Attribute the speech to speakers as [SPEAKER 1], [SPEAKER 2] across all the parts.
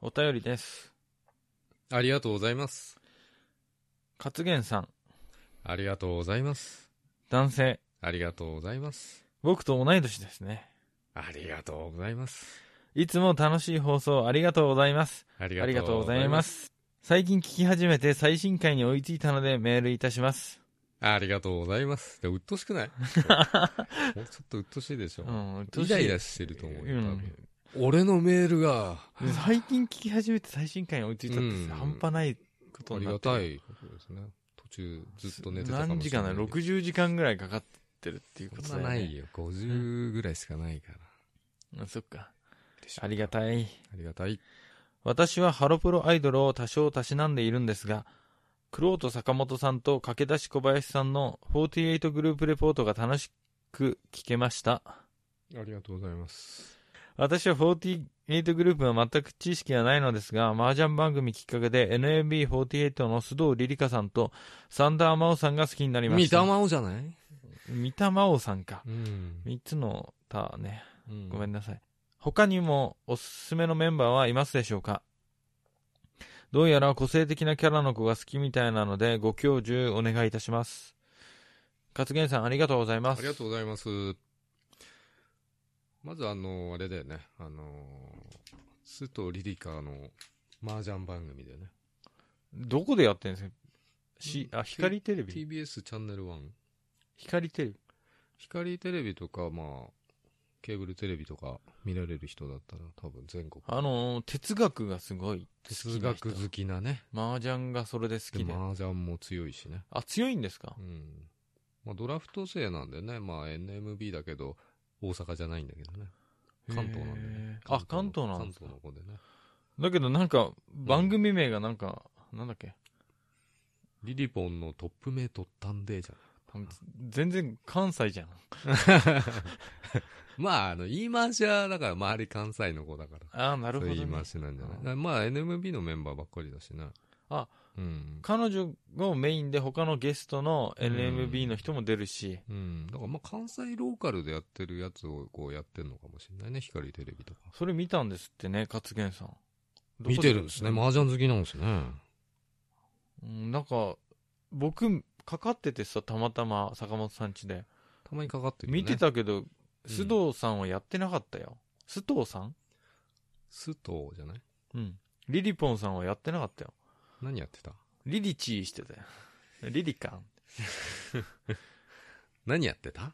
[SPEAKER 1] お便りです。
[SPEAKER 2] ありがとうございます。
[SPEAKER 1] 勝元さん、
[SPEAKER 2] ありがとうございます。
[SPEAKER 1] 男性。
[SPEAKER 2] ありがとうございます。
[SPEAKER 1] 僕と同い年ですね。
[SPEAKER 2] ありがとうございます。
[SPEAKER 1] いつも楽しい放送ありがとうございます。
[SPEAKER 2] あり
[SPEAKER 1] ありがとうございま。す。最近聞き始めて最新回に追いついたのでメールいたします。
[SPEAKER 2] ありがとうございます。で、うっとうしくない もうちょっとうっとうしいでしょ。
[SPEAKER 1] うん、うっとう
[SPEAKER 2] イ
[SPEAKER 1] しい
[SPEAKER 2] ライラしてると思うよ、
[SPEAKER 1] うん
[SPEAKER 2] 多分。俺のメールが、あ
[SPEAKER 1] 最近聞き始めて最新回に追いついたって
[SPEAKER 2] うん
[SPEAKER 1] 半端ないことに
[SPEAKER 2] り
[SPEAKER 1] な
[SPEAKER 2] が
[SPEAKER 1] ってる
[SPEAKER 2] たいことですね。途中ずっと寝てたかも
[SPEAKER 1] 何
[SPEAKER 2] し
[SPEAKER 1] 時
[SPEAKER 2] れ
[SPEAKER 1] 間
[SPEAKER 2] な
[SPEAKER 1] だ
[SPEAKER 2] い。
[SPEAKER 1] 60時間ぐらいかかってるっていうこと
[SPEAKER 2] そ
[SPEAKER 1] だ
[SPEAKER 2] ん
[SPEAKER 1] よ、
[SPEAKER 2] な
[SPEAKER 1] ね、
[SPEAKER 2] ないよ。50ぐらいしかないから。
[SPEAKER 1] あそっか
[SPEAKER 2] でしょ
[SPEAKER 1] ありがたい
[SPEAKER 2] ありがたい。
[SPEAKER 1] 私はハロプロアイドルを多少たしなんでいるんですがクロート坂本さんと駆け出し小林さんの48グループレポートが楽しく聞けました
[SPEAKER 2] ありがとうございます。
[SPEAKER 1] 私は48グループは全く知識はないのですが、麻雀番組きっかけで NMB48 の須藤リリカさんとサンダーマオさんが好きになりま
[SPEAKER 2] 三
[SPEAKER 1] した。
[SPEAKER 2] 田真央じゃない
[SPEAKER 1] 三田真央さんか。
[SPEAKER 2] うん。
[SPEAKER 1] 三つのたね。ごめ
[SPEAKER 2] ん。
[SPEAKER 1] んなさい。他にもおすすめのメンバーはいますでしょうかどうやら個性的なキャラの子が好きみたいなので、ご教授お願いいたします。勝元さんありがとうございます。
[SPEAKER 2] ありがとうございます。まずあの、あれだよね。あの、須藤リリカの麻雀番組だよね。
[SPEAKER 1] どこでやってるんですかし、あ、光テレビ
[SPEAKER 2] TBS チャンネル1。
[SPEAKER 1] 光テレビ
[SPEAKER 2] 光テレビとか、まあ、ケーブルテレビとか見られる人だったら多分全国。
[SPEAKER 1] あのー、哲学がすごい好
[SPEAKER 2] 数
[SPEAKER 1] きな人
[SPEAKER 2] 学。好きなね。
[SPEAKER 1] 麻雀がそれで好
[SPEAKER 2] で
[SPEAKER 1] きで。
[SPEAKER 2] 麻雀も強いしね。
[SPEAKER 1] あ、強いんですか
[SPEAKER 2] うん。まあドラフト制なんでね。まあ NMB だけど、大阪じゃないんだけどね。関東なんでね
[SPEAKER 1] へ。ーあ、関東なん
[SPEAKER 2] 関
[SPEAKER 1] ですか
[SPEAKER 2] 東の子でね。
[SPEAKER 1] だけどなんか、番組名がなんか、なんだっけ
[SPEAKER 2] リリポンのトップ名取ったんで、じゃん。
[SPEAKER 1] 全然関西じゃん。
[SPEAKER 2] まあ、あの、言い回しは、だから、周り関西の子だから。
[SPEAKER 1] あーなる
[SPEAKER 2] そう
[SPEAKER 1] ほ
[SPEAKER 2] い
[SPEAKER 1] ど、
[SPEAKER 2] う言い
[SPEAKER 1] ね
[SPEAKER 2] 回。しなんじゃないだからまあ、NMB のメンバーばっかりだしね。
[SPEAKER 1] あ、
[SPEAKER 2] うん。
[SPEAKER 1] 彼女をメインで他のゲストの NMB の人も出るし、
[SPEAKER 2] うん。だから、まあ、関西ローカルでやってるやつを、こう、やってんのかもしれないね。光テレビとか。
[SPEAKER 1] それ見たんですってね、勝元さん。どこ
[SPEAKER 2] 見てるんですね。麻雀好きなんですね。
[SPEAKER 1] うん、なんか、僕、かかっててさ、たまたま坂本さんちで。
[SPEAKER 2] たまにかかってる、ね。
[SPEAKER 1] 見て。たけど、須藤さんはやってなかったよ。須藤さん
[SPEAKER 2] 須藤じゃない
[SPEAKER 1] うん。リリポンさんはやってなかったよ。
[SPEAKER 2] 何やってた
[SPEAKER 1] リリチーしてたよ。 リリカン。
[SPEAKER 2] 何やってた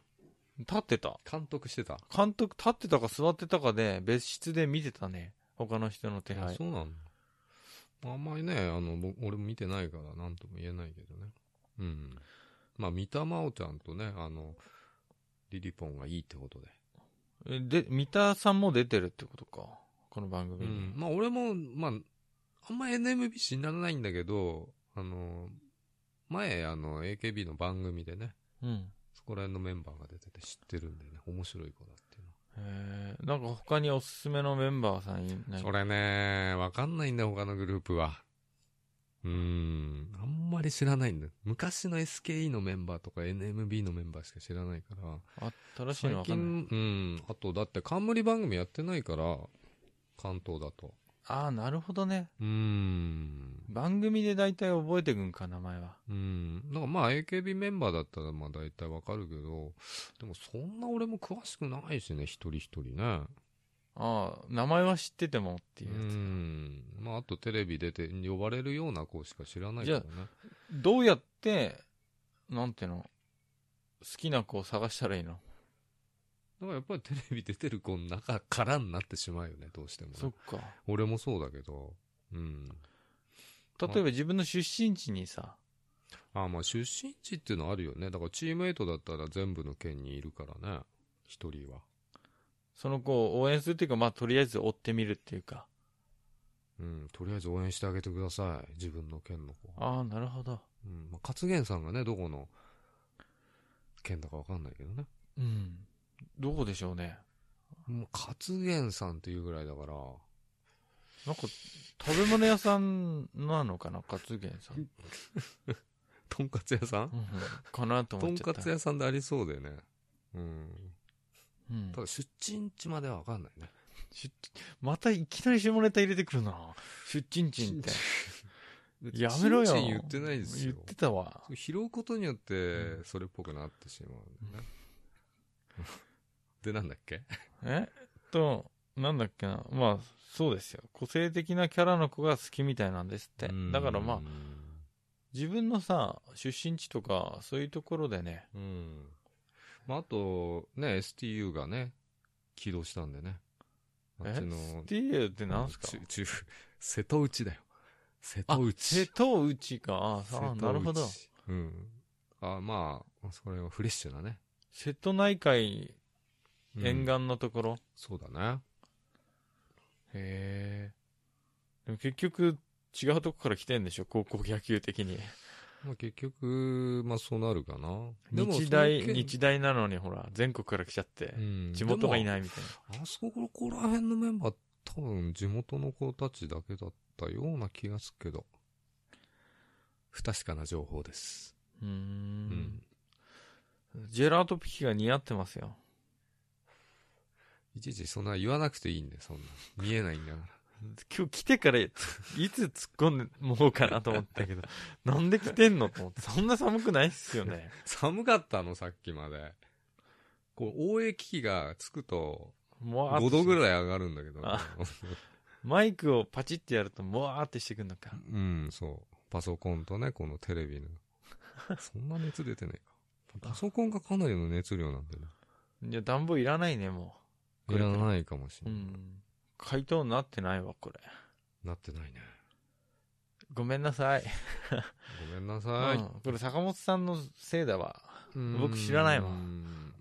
[SPEAKER 1] 立ってた。
[SPEAKER 2] 監督してた。
[SPEAKER 1] 監督立ってたか座ってたかで、別室で見てたね。他の人の手
[SPEAKER 2] あ
[SPEAKER 1] 配。
[SPEAKER 2] そうなんだ。あんまりね、あの、僕俺も見てないから、なんとも言えないけどね。うん。まあ、三田真央ちゃんとね、あの、リリポンがいいってことで。
[SPEAKER 1] えで、三田さんも出てるってことか。この番
[SPEAKER 2] う
[SPEAKER 1] 組に。
[SPEAKER 2] ん。まあ、俺も、まあ、あんま NMB 知らないんだけど、あの、前、あの、AKB の番組でね、
[SPEAKER 1] うん。
[SPEAKER 2] そこら辺のメンバーが出てて知ってるんでね、面白い子だっていうの。
[SPEAKER 1] えー、なんか他におすすめのメンバーさんいない
[SPEAKER 2] それね、わかんないんだよ、他のグループは。うーん、あんまり知らないんだよ。昔の SKE のメンバーとか NMB のメンバーしか知らないから。
[SPEAKER 1] 新しいの
[SPEAKER 2] 最
[SPEAKER 1] わかんない。
[SPEAKER 2] 近、うん、あとだって冠番組やってないから、関東だと。
[SPEAKER 1] ああ、なるほどね。
[SPEAKER 2] うーん。
[SPEAKER 1] 番組で大体覚えてくんか、名前は。
[SPEAKER 2] うん。だからまあ AKB メンバーだったらまあ大体わかるけど、でもそんな俺も詳しくないしね、一人一人ね。
[SPEAKER 1] ああ、名前は知っててもって
[SPEAKER 2] う
[SPEAKER 1] いうやつ。
[SPEAKER 2] ん。まああとテレビ出て呼ばれるような子しか知らないからね。
[SPEAKER 1] どうやって、なんていうの、好きな子を探したらいいの、
[SPEAKER 2] だからやっぱりテレビ出てる子の中からになってしまうよね、どうしてもね、
[SPEAKER 1] そっか。
[SPEAKER 2] 俺もそうだけど。うん。
[SPEAKER 1] 例えば自分の出身地にさ、
[SPEAKER 2] あまあ出身地っていうのはあるよね。だからチームエイトだったら全部の県にいるからね。一人は。
[SPEAKER 1] その子を応援するっていうか、まあとりあえず追ってみるっていうか。
[SPEAKER 2] うん。とりあえず応援してあげてください。自分の県の子。
[SPEAKER 1] ああ、なるほど。
[SPEAKER 2] うん。まあ、勝元さんがね、どこの県だかわかんないけどね。
[SPEAKER 1] うん。どこでしょうね。
[SPEAKER 2] もう勝元さんっていうぐらいだから、
[SPEAKER 1] なんか、食べ物屋さんなのかな、勝元さん。うん
[SPEAKER 2] とんかつ屋さん
[SPEAKER 1] うんかなと
[SPEAKER 2] と
[SPEAKER 1] 思っ
[SPEAKER 2] ん
[SPEAKER 1] ちゃ
[SPEAKER 2] か
[SPEAKER 1] った。
[SPEAKER 2] つ屋さんでありそうだよね。うん。
[SPEAKER 1] うん
[SPEAKER 2] ただ出身地まではわかんないね。
[SPEAKER 1] しまたいきなり下ネタ入れてくるな。出陳陳って。 やめろよ。
[SPEAKER 2] チンチン言ってないですよ
[SPEAKER 1] 言っ。てたわ。
[SPEAKER 2] 拾うことによって
[SPEAKER 1] う、
[SPEAKER 2] それっぽくなってしまうんだよね。 で、なんだっけ
[SPEAKER 1] えっと、なんだっけな。まあ、そうですよ。個性的なキャラの子が好きみたいなんですって。だからまあ、、自分のさ、出身地とか、そういうところでね。
[SPEAKER 2] うん。まあ、あと、ね、STU がね、起動したんでね。あっ
[SPEAKER 1] え
[SPEAKER 2] ちの、
[SPEAKER 1] ?STU ってなんすか
[SPEAKER 2] 中、中、瀬戸内だよ。瀬
[SPEAKER 1] あ
[SPEAKER 2] 戸、
[SPEAKER 1] 瀬
[SPEAKER 2] 内。
[SPEAKER 1] 戸内か。ああ、
[SPEAKER 2] 瀬戸内
[SPEAKER 1] なるほど。。
[SPEAKER 2] うん。あ、まあ、それはフレッシュなね。
[SPEAKER 1] 瀬戸内海
[SPEAKER 2] うん
[SPEAKER 1] 沿岸のところ。
[SPEAKER 2] そうだね。
[SPEAKER 1] へえ。でも結局、違うとこから来てんでしょ高校野球的に。
[SPEAKER 2] まあ結局、まあそうなるかな。でも
[SPEAKER 1] 日大、
[SPEAKER 2] その件
[SPEAKER 1] 日大なのにほら、全国から来ちゃって
[SPEAKER 2] う。ん
[SPEAKER 1] 地元がい
[SPEAKER 2] い
[SPEAKER 1] ないみたいな。
[SPEAKER 2] あそこら辺のメンバー、多分地元の子たちだけだったような気がするけど。不確かな情報です。
[SPEAKER 1] うー。。
[SPEAKER 2] うん
[SPEAKER 1] ジェラートピキが似合ってますよ。
[SPEAKER 2] いちいちそんな言わなくていいんで、そんな。見えないんだから。
[SPEAKER 1] 今日来てから、 いつ突っ込んでもらおうかなと思ったけど、なんで来てんのと思って、そんな寒くないっすよね。
[SPEAKER 2] 寒かったの、さっきまで。こう、応援機器がつくと、
[SPEAKER 1] もわーっ
[SPEAKER 2] 5
[SPEAKER 1] と
[SPEAKER 2] 度ぐらい上がるんだけど。
[SPEAKER 1] あマイクをパチってやると、もわーってしてくんのか。
[SPEAKER 2] うん、そう。パソコンとね、このテレビの。 そんな熱出てないか。パソコンがかなりの熱量なんだよね。
[SPEAKER 1] いや、暖房いら ないね、も
[SPEAKER 2] いらないかもし
[SPEAKER 1] う。う
[SPEAKER 2] れない。
[SPEAKER 1] ん。回答になってないわ、これ。
[SPEAKER 2] なってないね。
[SPEAKER 1] ごめんなさい。
[SPEAKER 2] ごめんなさい。
[SPEAKER 1] うんこれ坂本さんのせいだわ。
[SPEAKER 2] うん
[SPEAKER 1] 僕知らないわ
[SPEAKER 2] うん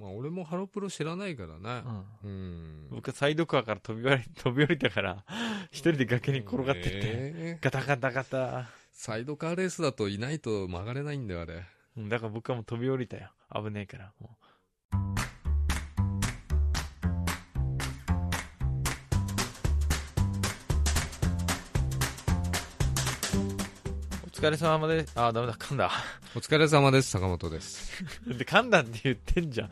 [SPEAKER 2] まあ、俺もハロプロ知らないからね
[SPEAKER 1] う。ん
[SPEAKER 2] うん。
[SPEAKER 1] 僕はサイドカーから飛び降り 飛び降りたから、一人で崖に転がってって、
[SPEAKER 2] えー
[SPEAKER 1] ガタガタガタ。
[SPEAKER 2] サイドカーレースだといないと曲がれないんだよ、あれ。
[SPEAKER 1] うんだから僕はもう飛び降りたよ。危ねえから。もうお疲れ様です。あ、ダメだ、噛んだ。
[SPEAKER 2] お疲れ様です、坂本です。
[SPEAKER 1] で、噛んだって言ってんじゃん。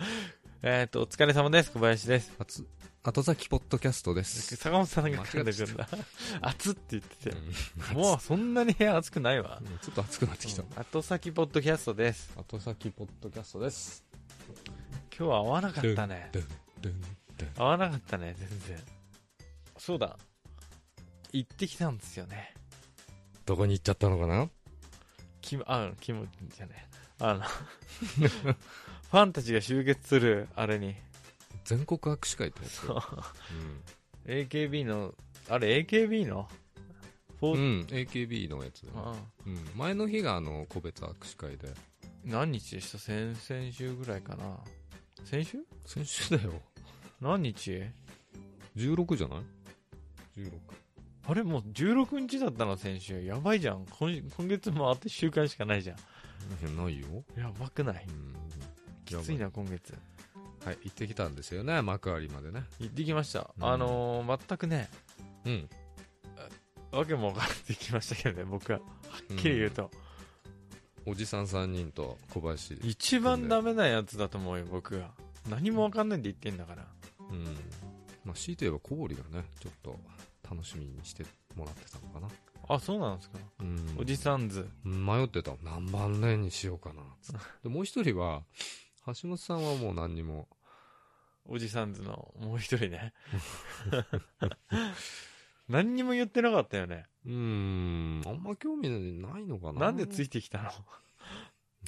[SPEAKER 1] えっと、お疲れ様です。小林です。
[SPEAKER 2] あつ、後先ポッドキャス トです。
[SPEAKER 1] 坂本さんが噛んでくんだ。熱って言ってて。
[SPEAKER 2] うん
[SPEAKER 1] もうそんなに部屋熱くないわ
[SPEAKER 2] う。ん ちょっと暑くなってきた
[SPEAKER 1] う。ん後先ポッドキャストです。
[SPEAKER 2] 後先ポッドキャストです。
[SPEAKER 1] 今日は合わなかったね。
[SPEAKER 2] ドゥンドゥンドゥン
[SPEAKER 1] 合わなかったね、全然。そうだ。行ってきたんですよね。
[SPEAKER 2] どこに行っちゃったのかな
[SPEAKER 1] キム、あ、キムじゃねえ。 あの、ファンたちが集結する、あれに。
[SPEAKER 2] 全国握手会ってやつ
[SPEAKER 1] そう。
[SPEAKER 2] うん。
[SPEAKER 1] AKB の、あれ AKB の
[SPEAKER 2] う
[SPEAKER 1] 4、
[SPEAKER 2] ん、AKB のやつだよね
[SPEAKER 1] あ
[SPEAKER 2] うん。前の日があの、個別握手会で。
[SPEAKER 1] 何日でした先々週ぐらいかな。先週
[SPEAKER 2] 先週だよ。
[SPEAKER 1] 何日
[SPEAKER 2] 16じゃない ?16。
[SPEAKER 1] あれもう16日だったの先週やばいじゃん今今月もあと1週間しかないじゃん
[SPEAKER 2] ないよ。
[SPEAKER 1] やばくない
[SPEAKER 2] うん。
[SPEAKER 1] きついな今月
[SPEAKER 2] はい、行ってきたんですよね、幕張までね。
[SPEAKER 1] 行ってきました、
[SPEAKER 2] うん
[SPEAKER 1] あのー全くね
[SPEAKER 2] うん。
[SPEAKER 1] わけも分からず行きましたけどね僕ははっきり言うと、
[SPEAKER 2] おじさん3人と小林。
[SPEAKER 1] 一番ダメなやつだと思うよ僕は何も分かんないで言ってんだから
[SPEAKER 2] うん。まあ、強いて言えば小堀がね、ちょっと楽しみにしてもらってたのかな。
[SPEAKER 1] あそうなんですか、
[SPEAKER 2] うん
[SPEAKER 1] おじさんず
[SPEAKER 2] 迷ってた何番レーンにしようかなっつってでもう一人は橋本さんはもう何にも
[SPEAKER 1] おじさんずのもう一人 ね何にも言ってなかったよね
[SPEAKER 2] うーんあんま興味ないのかな
[SPEAKER 1] なんでついてきたの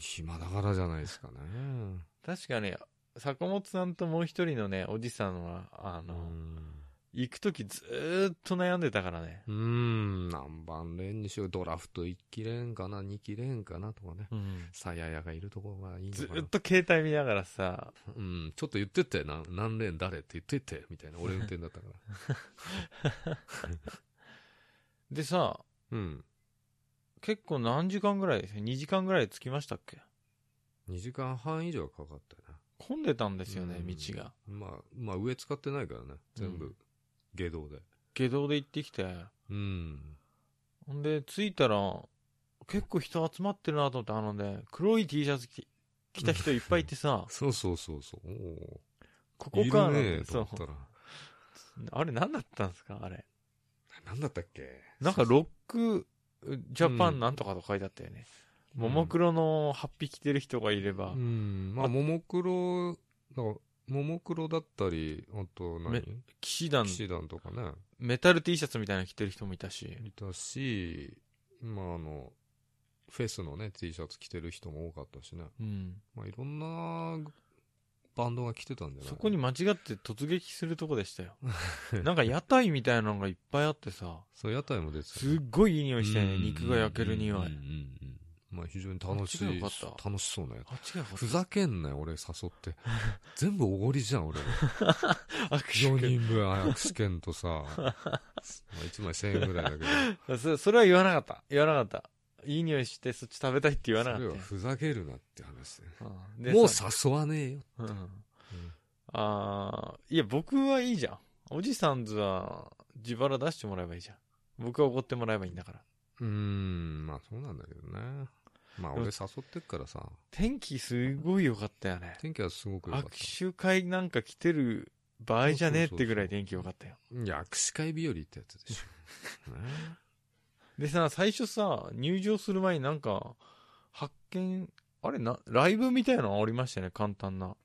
[SPEAKER 2] 暇だからじゃないですかね
[SPEAKER 1] 確かに坂本さんともう一人のねおじさんはあ
[SPEAKER 2] う
[SPEAKER 1] の、
[SPEAKER 2] ん
[SPEAKER 1] 行く時ずーっと悩んでたからね
[SPEAKER 2] うーん何番レーンにしようドラフト1期レーンかな2期レーンかなとかねさややがいるところがいいの
[SPEAKER 1] ず
[SPEAKER 2] かな
[SPEAKER 1] ーっと携帯見ながらさ
[SPEAKER 2] うんちょっと言ってってな何レーン誰って言ってってみたいな俺運転だったから
[SPEAKER 1] でさ
[SPEAKER 2] うん
[SPEAKER 1] 結構何時間ぐらいですよ2時間ぐらい着きましたっけ
[SPEAKER 2] 2時間半以上はかかったよね
[SPEAKER 1] 混んでたんですよね
[SPEAKER 2] うん
[SPEAKER 1] 道が
[SPEAKER 2] まあ、まあ上使ってないからね。全
[SPEAKER 1] う
[SPEAKER 2] 部、下道で。
[SPEAKER 1] 下道で行ってきて
[SPEAKER 2] うん。
[SPEAKER 1] ほんで着いたら結構人集まってるなと思ってあのね黒い T シャツ着着た人いっ ぱいいてさ
[SPEAKER 2] そうそうそうそう。おー
[SPEAKER 1] ここか
[SPEAKER 2] いるね、と
[SPEAKER 1] そ
[SPEAKER 2] 思
[SPEAKER 1] う
[SPEAKER 2] ったら。
[SPEAKER 1] あれ何だったんですかあれ。
[SPEAKER 2] なんだったっけ
[SPEAKER 1] なんか
[SPEAKER 2] そう
[SPEAKER 1] ロックジャパ
[SPEAKER 2] うん
[SPEAKER 1] ンなんとかと書いてあったよね。
[SPEAKER 2] うん
[SPEAKER 1] ももクロのハッピー着てる人がいれば、
[SPEAKER 2] うん、まあ、ももクロ、なんか、ももクロだったり、あと何、
[SPEAKER 1] め騎士団
[SPEAKER 2] 騎、士団とかね、
[SPEAKER 1] メタル T シャツみたいなの着てる人もいたし、
[SPEAKER 2] いたし、今あの、フェスのね、T シャツ着てる人も多かったしね。
[SPEAKER 1] うん。
[SPEAKER 2] まあ、いろんなバンドが着てたんじゃない
[SPEAKER 1] そこに間違って突撃するとこでした よ。なんか屋台みたいなのがいっぱいあってさ、
[SPEAKER 2] そう、屋台も出てた
[SPEAKER 1] す
[SPEAKER 2] ね、
[SPEAKER 1] っごいいい 匂いしたよね。
[SPEAKER 2] うん
[SPEAKER 1] 肉が焼ける匂
[SPEAKER 2] うんうんう
[SPEAKER 1] い。
[SPEAKER 2] んうんまあ、非常に楽し
[SPEAKER 1] こっち
[SPEAKER 2] い、
[SPEAKER 1] が良かった
[SPEAKER 2] 楽しそうなやつ。
[SPEAKER 1] あ、違う
[SPEAKER 2] ふざけんなよ、俺誘って。 全部おごりじゃん、俺。4
[SPEAKER 1] 握手
[SPEAKER 2] 人分握手券とさ、まあ1枚1000円ぐらいだけど。
[SPEAKER 1] 会そそれは言わなかった。言わなかった。いい匂いしてそっち食べたいって言わなか
[SPEAKER 2] そ
[SPEAKER 1] っ
[SPEAKER 2] れ
[SPEAKER 1] たよ
[SPEAKER 2] は。ふざけるなって話ね
[SPEAKER 1] うんで
[SPEAKER 2] もう
[SPEAKER 1] さ
[SPEAKER 2] 誘わねえよ。
[SPEAKER 1] うんああ、いや、僕はいいじゃん。おじさんズは自腹出してもらえばいいじゃん。僕は怒ってもらえばいいんだから。
[SPEAKER 2] うーん、まあそうなんだけどね。まあ俺
[SPEAKER 1] でも
[SPEAKER 2] 誘ってっからさ、
[SPEAKER 1] 天気すごい良かったよね。
[SPEAKER 2] 天気はすごく良かった。
[SPEAKER 1] 握手会なんか来てる場合じゃねえってぐらい天気良かったよ。
[SPEAKER 2] いや握手会日和ってやつでし ょ。ね
[SPEAKER 1] でさ、最初さ、入場する前になんか、発見、あれな、ライブみたいなのありましたよね、簡単な。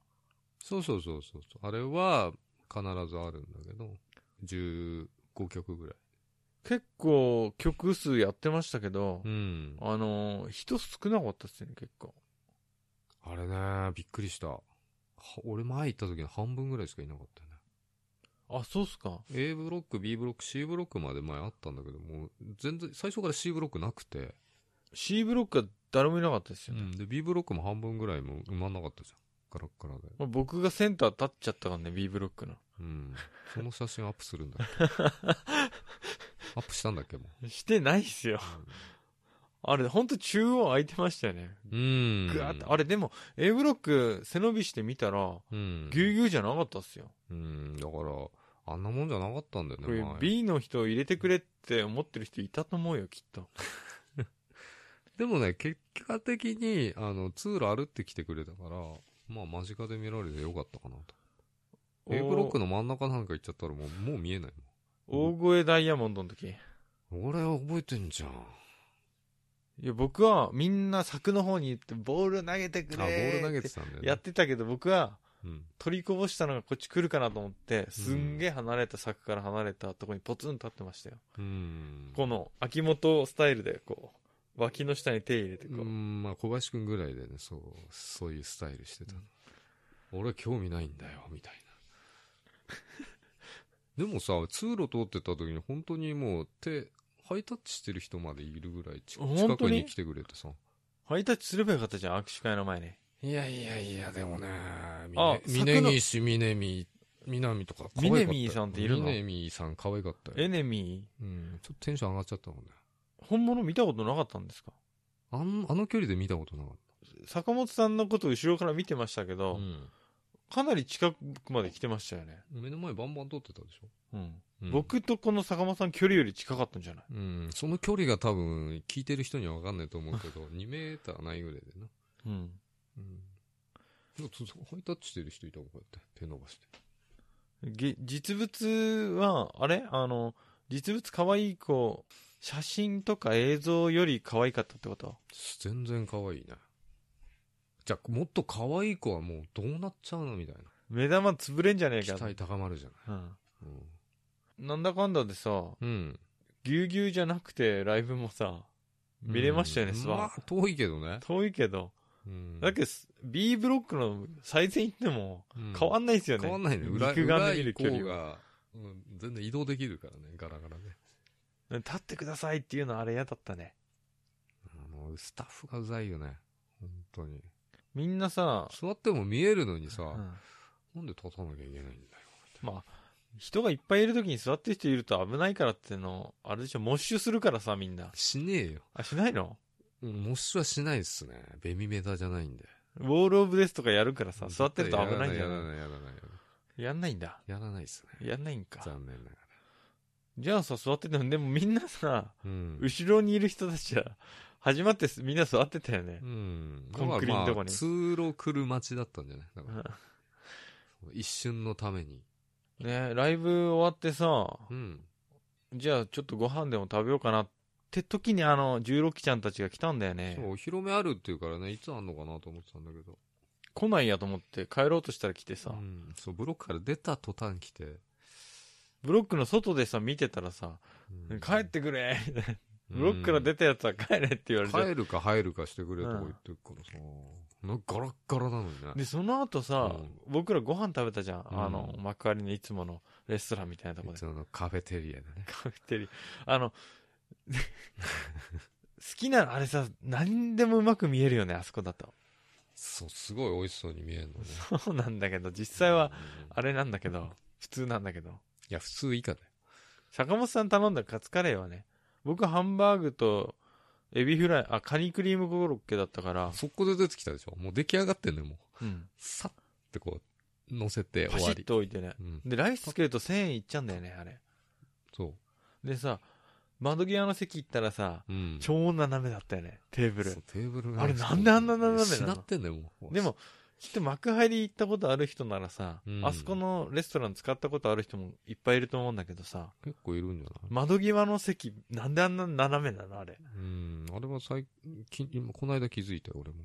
[SPEAKER 2] そうそうそうそうそう。あれは必ずあるんだけど、15曲ぐらい。
[SPEAKER 1] 結構曲数やってましたけど、
[SPEAKER 2] うん。
[SPEAKER 1] あのー、人少なかったっすよね、結構。
[SPEAKER 2] あれね、びっくりした。は俺前行った時の半分ぐらいしかいなかったよね。
[SPEAKER 1] あ、そうっすか。
[SPEAKER 2] A ブロック、B ブロック、C ブロックまで前あったんだけど、もう全然、最初から C ブロックなくて、
[SPEAKER 1] C ブロックは誰もいなかったですよね。
[SPEAKER 2] で、B ブロックも半分ぐらいも埋まんなかったじゃん。ガラッガラで。
[SPEAKER 1] まあ僕がセンター立っちゃったからね、B ブロックの。
[SPEAKER 2] うん。その写真アップするんだ っけアップしたんだっけも
[SPEAKER 1] してないっすよ。あれ、ほんと中央空いてましたよね。
[SPEAKER 2] う。うん。
[SPEAKER 1] ぐわーって。あれ、でも、A ブロック背伸びしてみたら、
[SPEAKER 2] うん。
[SPEAKER 1] ぎゅうぎゅうじゃなかったっすよ。
[SPEAKER 2] うん。だから、あんなもんじゃなかったんだよね。
[SPEAKER 1] これ
[SPEAKER 2] 前
[SPEAKER 1] B の人を入れてくれって思ってる人いたと思うよ、きっと。
[SPEAKER 2] でもね、結果的に、あの、通路歩ってきてくれたから、まあ間近で見られてよかったかなと。A ブロックの真ん中なんか行っちゃったらもう、もう見えない
[SPEAKER 1] 大声ダイヤモンドの時。
[SPEAKER 2] もん。俺は覚えてんじゃん。
[SPEAKER 1] いや、僕はみんな柵の方に行って、ボール投げてく
[SPEAKER 2] あ、
[SPEAKER 1] れ
[SPEAKER 2] ボール投げて
[SPEAKER 1] って
[SPEAKER 2] たんだよね。
[SPEAKER 1] やってたけど、僕は、
[SPEAKER 2] うん。
[SPEAKER 1] 取りこぼしたのがこっち来るかなと思って、すんげえ離れた柵から離れたとこにポツンと立ってましたよ。
[SPEAKER 2] うん。
[SPEAKER 1] この秋元スタイルでこう脇の下に手入れてこう、
[SPEAKER 2] うん、まあ小林くんぐらいでね、そう、そういうスタイルしてたの。俺は興味ないんだよ、みたいな。 でもさ、通路通ってった時に本当にもう手、ハイタッチしてる人までいるぐらい近近
[SPEAKER 1] 本当
[SPEAKER 2] く
[SPEAKER 1] に
[SPEAKER 2] に来てくれてさ。
[SPEAKER 1] ハイタッチすればよかったじゃん握手会の前に
[SPEAKER 2] いやいやいや、でもね、
[SPEAKER 1] あ
[SPEAKER 2] みね峰岸、南、南とか可愛かったよ。
[SPEAKER 1] 南さんっているの
[SPEAKER 2] 南さん可愛かったよ。
[SPEAKER 1] エネミ
[SPEAKER 2] うん、ちょっとテンション上がっちゃったもんね。
[SPEAKER 1] ー本物見たことなかったんですか
[SPEAKER 2] あんあの距離で見たことなかっ
[SPEAKER 1] 坂本さんのことを後ろから見てましたけ
[SPEAKER 2] た。
[SPEAKER 1] ど、
[SPEAKER 2] うん
[SPEAKER 1] かなり近くまで来てましたよね、
[SPEAKER 2] 目の前バンバン通ってたでしょ
[SPEAKER 1] うん
[SPEAKER 2] うん
[SPEAKER 1] 僕とこの坂本さん距離より近かったんじゃない
[SPEAKER 2] うん、その距離が多分、聞いてる人には分かんないと思うけ ど、2メーターないぐらいでな。
[SPEAKER 1] うん
[SPEAKER 2] うん。でもちょっとハイタッチしてる人いたもん、こうやって。手伸ばして。
[SPEAKER 1] げ実物はあれあの実物可愛い子写真とか映像より可愛かったってこと
[SPEAKER 2] 全然可愛いね。じゃあ、もっと可愛い子はもうどうなっちゃうのみたいな。
[SPEAKER 1] 目玉潰れんじゃねえ
[SPEAKER 2] 期
[SPEAKER 1] か
[SPEAKER 2] 待高まるじゃな
[SPEAKER 1] うん、
[SPEAKER 2] い。
[SPEAKER 1] なんだかんだでさ、
[SPEAKER 2] うん。うん。
[SPEAKER 1] ぎゅうぎゅうじゃなくてライブもさ、見れましたよね
[SPEAKER 2] うん
[SPEAKER 1] スワ
[SPEAKER 2] まあ、遠いけどね。
[SPEAKER 1] 遠いけど、
[SPEAKER 2] うん。
[SPEAKER 1] だけど B ブロックの最前行っても変わ
[SPEAKER 2] ん
[SPEAKER 1] んないですよね。
[SPEAKER 2] 変わんないね。裏、
[SPEAKER 1] 肉眼
[SPEAKER 2] 裏
[SPEAKER 1] で見
[SPEAKER 2] 行
[SPEAKER 1] る距離
[SPEAKER 2] こう
[SPEAKER 1] は。
[SPEAKER 2] が、うん、全然移動できるからね、ガラガラね。
[SPEAKER 1] 立ってくださいっていうのはあれ嫌だったね。
[SPEAKER 2] あの、スタッフがうざいよね。本当に。
[SPEAKER 1] みんなさ、
[SPEAKER 2] 座っても見えるのにさ、
[SPEAKER 1] うん
[SPEAKER 2] なんで立たなきゃいけないんだよ。
[SPEAKER 1] まあ、人がいっぱいいる時に座ってる人いると危ないからっていうの、あれでしょ、モッシュするからさ、みんな。
[SPEAKER 2] しねえよ。
[SPEAKER 1] あ、しないの
[SPEAKER 2] モッシュはしないっすね。ベミメタじゃないんで。
[SPEAKER 1] ウォールオブデスとかやるからさ、座ってると危ないんじゃ
[SPEAKER 2] やら
[SPEAKER 1] な
[SPEAKER 2] ない、やらない。やらない
[SPEAKER 1] いやんないんだ。
[SPEAKER 2] やらないっすね。
[SPEAKER 1] やんないんか。
[SPEAKER 2] 残念ながら。
[SPEAKER 1] じゃあさ、座ってても、でもみんなさ、
[SPEAKER 2] うん。
[SPEAKER 1] 後ろにいる人たちは、始まってすみんな座ってたよね
[SPEAKER 2] う。ん。
[SPEAKER 1] コンクリのとこに
[SPEAKER 2] だからまあ通路来る街だったんじゃないだから一瞬のために。
[SPEAKER 1] ねライブ終わってさ、
[SPEAKER 2] うん。
[SPEAKER 1] じゃあちょっとご飯でも食べようかなって時にあの、16期ちゃんたちが来たんだよ
[SPEAKER 2] そう、
[SPEAKER 1] ね。
[SPEAKER 2] お披露目あるっていうからね、いつあんのかなと思ってたんだけど。
[SPEAKER 1] 来ないやと思って帰ろうとしたら来てさ、
[SPEAKER 2] うん。そう、ブロックから出た途端来て。
[SPEAKER 1] ブロックの外でさ、見てたらさ、
[SPEAKER 2] うん
[SPEAKER 1] 帰ってくれみたいなブロックから出たやつは帰れって言われちゃって。
[SPEAKER 2] 帰るか入るかしてくれとか言ってるからさ、なんかガラッガラなのにね。
[SPEAKER 1] で、その後さ、
[SPEAKER 2] うん
[SPEAKER 1] 僕らご飯食べたじゃん。
[SPEAKER 2] うん
[SPEAKER 1] あの、幕張のいつものレストランみたいなとこ
[SPEAKER 2] い
[SPEAKER 1] で
[SPEAKER 2] つ。ものカフェテリアでね。
[SPEAKER 1] カフェテリア。あの、好きなの、あれさ、何でもうまく見えるよね、あそこだと。
[SPEAKER 2] そう、すごい美味しそうに見えるのね。
[SPEAKER 1] そうなんだけど、実際は、
[SPEAKER 2] うん
[SPEAKER 1] あれなんだけど、普通なんだけど。
[SPEAKER 2] いや、普通以下だよ。
[SPEAKER 1] 坂本さん頼んだカツカレーはね、僕ハンバーグとエビフライ、あ、カニクリームコロッケだったから、
[SPEAKER 2] そこで出てきたでしょもう出来上がってんねもう。
[SPEAKER 1] うん。
[SPEAKER 2] さってこう、乗せて
[SPEAKER 1] パ
[SPEAKER 2] 終
[SPEAKER 1] シ
[SPEAKER 2] わ
[SPEAKER 1] ッ
[SPEAKER 2] り。
[SPEAKER 1] と置いてね。
[SPEAKER 2] うん。
[SPEAKER 1] で、ライスつけると1000円いっちゃうんだよね、あれ。
[SPEAKER 2] そ
[SPEAKER 1] でさ、窓際の席行ったらさ、
[SPEAKER 2] う。うん。
[SPEAKER 1] 超斜めだったよね、テーブ
[SPEAKER 2] そ
[SPEAKER 1] ル
[SPEAKER 2] う。テーブルが。
[SPEAKER 1] あれなんであんな斜めなの
[SPEAKER 2] しなってんねもう。
[SPEAKER 1] でも、きっと幕張行ったことある人ならさ、
[SPEAKER 2] うん
[SPEAKER 1] あそこのレストラン使ったことある人もいっぱいいると思うんだけどさ、
[SPEAKER 2] 結構いるんじゃない
[SPEAKER 1] 窓際の席、なんであんな斜めなのあれ。
[SPEAKER 2] うん。あれは最近、今、この間気づいたよ、俺も。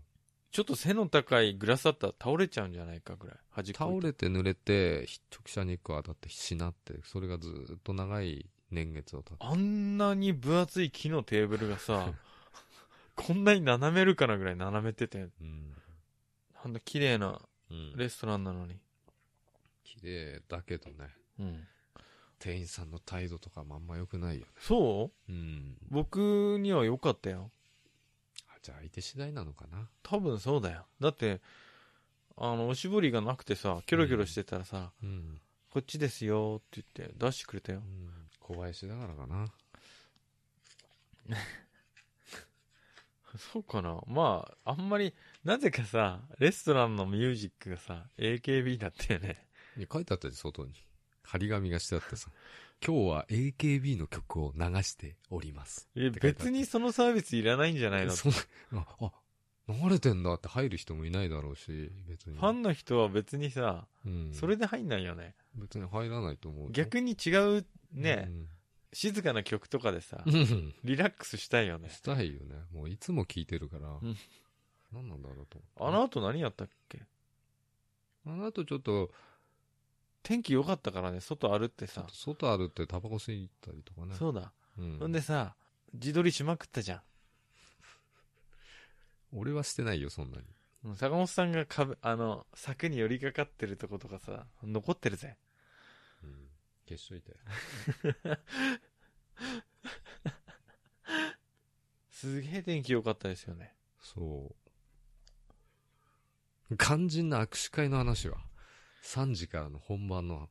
[SPEAKER 1] ちょっと背の高いグラスだったら倒れちゃうんじゃないかぐらい。端っこ
[SPEAKER 2] 倒
[SPEAKER 1] 置いて
[SPEAKER 2] れて濡れて、直射日光当たってしなって、それがずーっと長い年月を経って。
[SPEAKER 1] あんなに分厚い木のテーブルが さ、こんなに斜めるかなぐらい斜めてて、
[SPEAKER 2] うん。
[SPEAKER 1] あんな綺麗な
[SPEAKER 2] うん。
[SPEAKER 1] レストランなのに。
[SPEAKER 2] 綺麗だけどね。
[SPEAKER 1] うん。
[SPEAKER 2] 店員さんの態度とかもあんま良くないよね。
[SPEAKER 1] そう
[SPEAKER 2] うん。
[SPEAKER 1] 僕には良かったよ。
[SPEAKER 2] あじゃあ相手次第なのかな。
[SPEAKER 1] 多分そうだよ。だって、あの、おしぼりがなくてさ、キョロキョロしてたらさ、
[SPEAKER 2] うん。
[SPEAKER 1] こっちですよって言って出してくれたよ
[SPEAKER 2] う。ん小林だからかな。
[SPEAKER 1] そうかなまあ、あんまり、なぜかさ、レストランのミュージックがさ、AKB だったよね。
[SPEAKER 2] いや、書いてあったで、外に。張り紙がしてあってさ。 今日は AKB の曲を流しております。
[SPEAKER 1] え
[SPEAKER 2] って書いてあった
[SPEAKER 1] 別にそのサービスいらないんじゃ ないの
[SPEAKER 2] そんなあ、あ流れてんだって入る人もいないだろうし、別に。
[SPEAKER 1] ファンの人は別にさ、
[SPEAKER 2] うん、
[SPEAKER 1] それで入んないよね。
[SPEAKER 2] 別に入らないと思うよ。
[SPEAKER 1] 逆に違うね、静かな曲とかでさ
[SPEAKER 2] う、ん。
[SPEAKER 1] リラックスしたいよね。
[SPEAKER 2] したいよね。もういつも聴いてるから。
[SPEAKER 1] ん
[SPEAKER 2] 何なんだろうと
[SPEAKER 1] あの後何やったっけ
[SPEAKER 2] あの後ちょっと、
[SPEAKER 1] 天気良かったからね、外歩ってさ。
[SPEAKER 2] 外歩ってタバコ吸いに行ったりとかね。
[SPEAKER 1] そうだ。
[SPEAKER 2] うん
[SPEAKER 1] ほんでさ、自撮りしまくったじゃ
[SPEAKER 2] 俺はしてないよ、そんなに。
[SPEAKER 1] んうん。坂本さんが壁、あの、柵に寄りかかってるとことかさ、残ってるぜ。
[SPEAKER 2] うん。消しといて。
[SPEAKER 1] すげえ天気良かったですよね。
[SPEAKER 2] そう。肝心な握手会の話は、3時からの本番の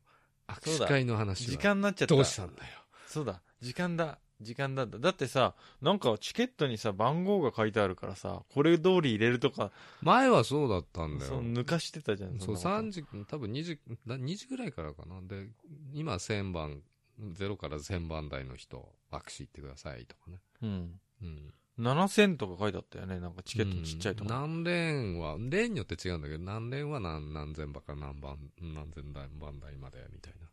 [SPEAKER 2] 握手会の話は、
[SPEAKER 1] 時間になっちゃった。
[SPEAKER 2] どうしたんだよ。
[SPEAKER 1] そうだ。時間だ。時間だった。だってさ、なんかチケットにさ、番号が書いてあるからさ、これ通り入れるとか、
[SPEAKER 2] 前はそうだったんだ
[SPEAKER 1] そう
[SPEAKER 2] よ。
[SPEAKER 1] 抜かしてたじゃん。
[SPEAKER 2] そう、
[SPEAKER 1] んなこと
[SPEAKER 2] 3時、多分2時、な2時ぐらいからかな。で、今1000番、0から1000番台の人、握手行ってくださいとかね。
[SPEAKER 1] うん。
[SPEAKER 2] うん。
[SPEAKER 1] 7000とか書いてあったよね。なんかチケットちっちゃいと
[SPEAKER 2] うん
[SPEAKER 1] か。
[SPEAKER 2] 何レーンは、レーンによって違うんだけど、何レーンは何何千番から何番、何千番台まで、みたいな。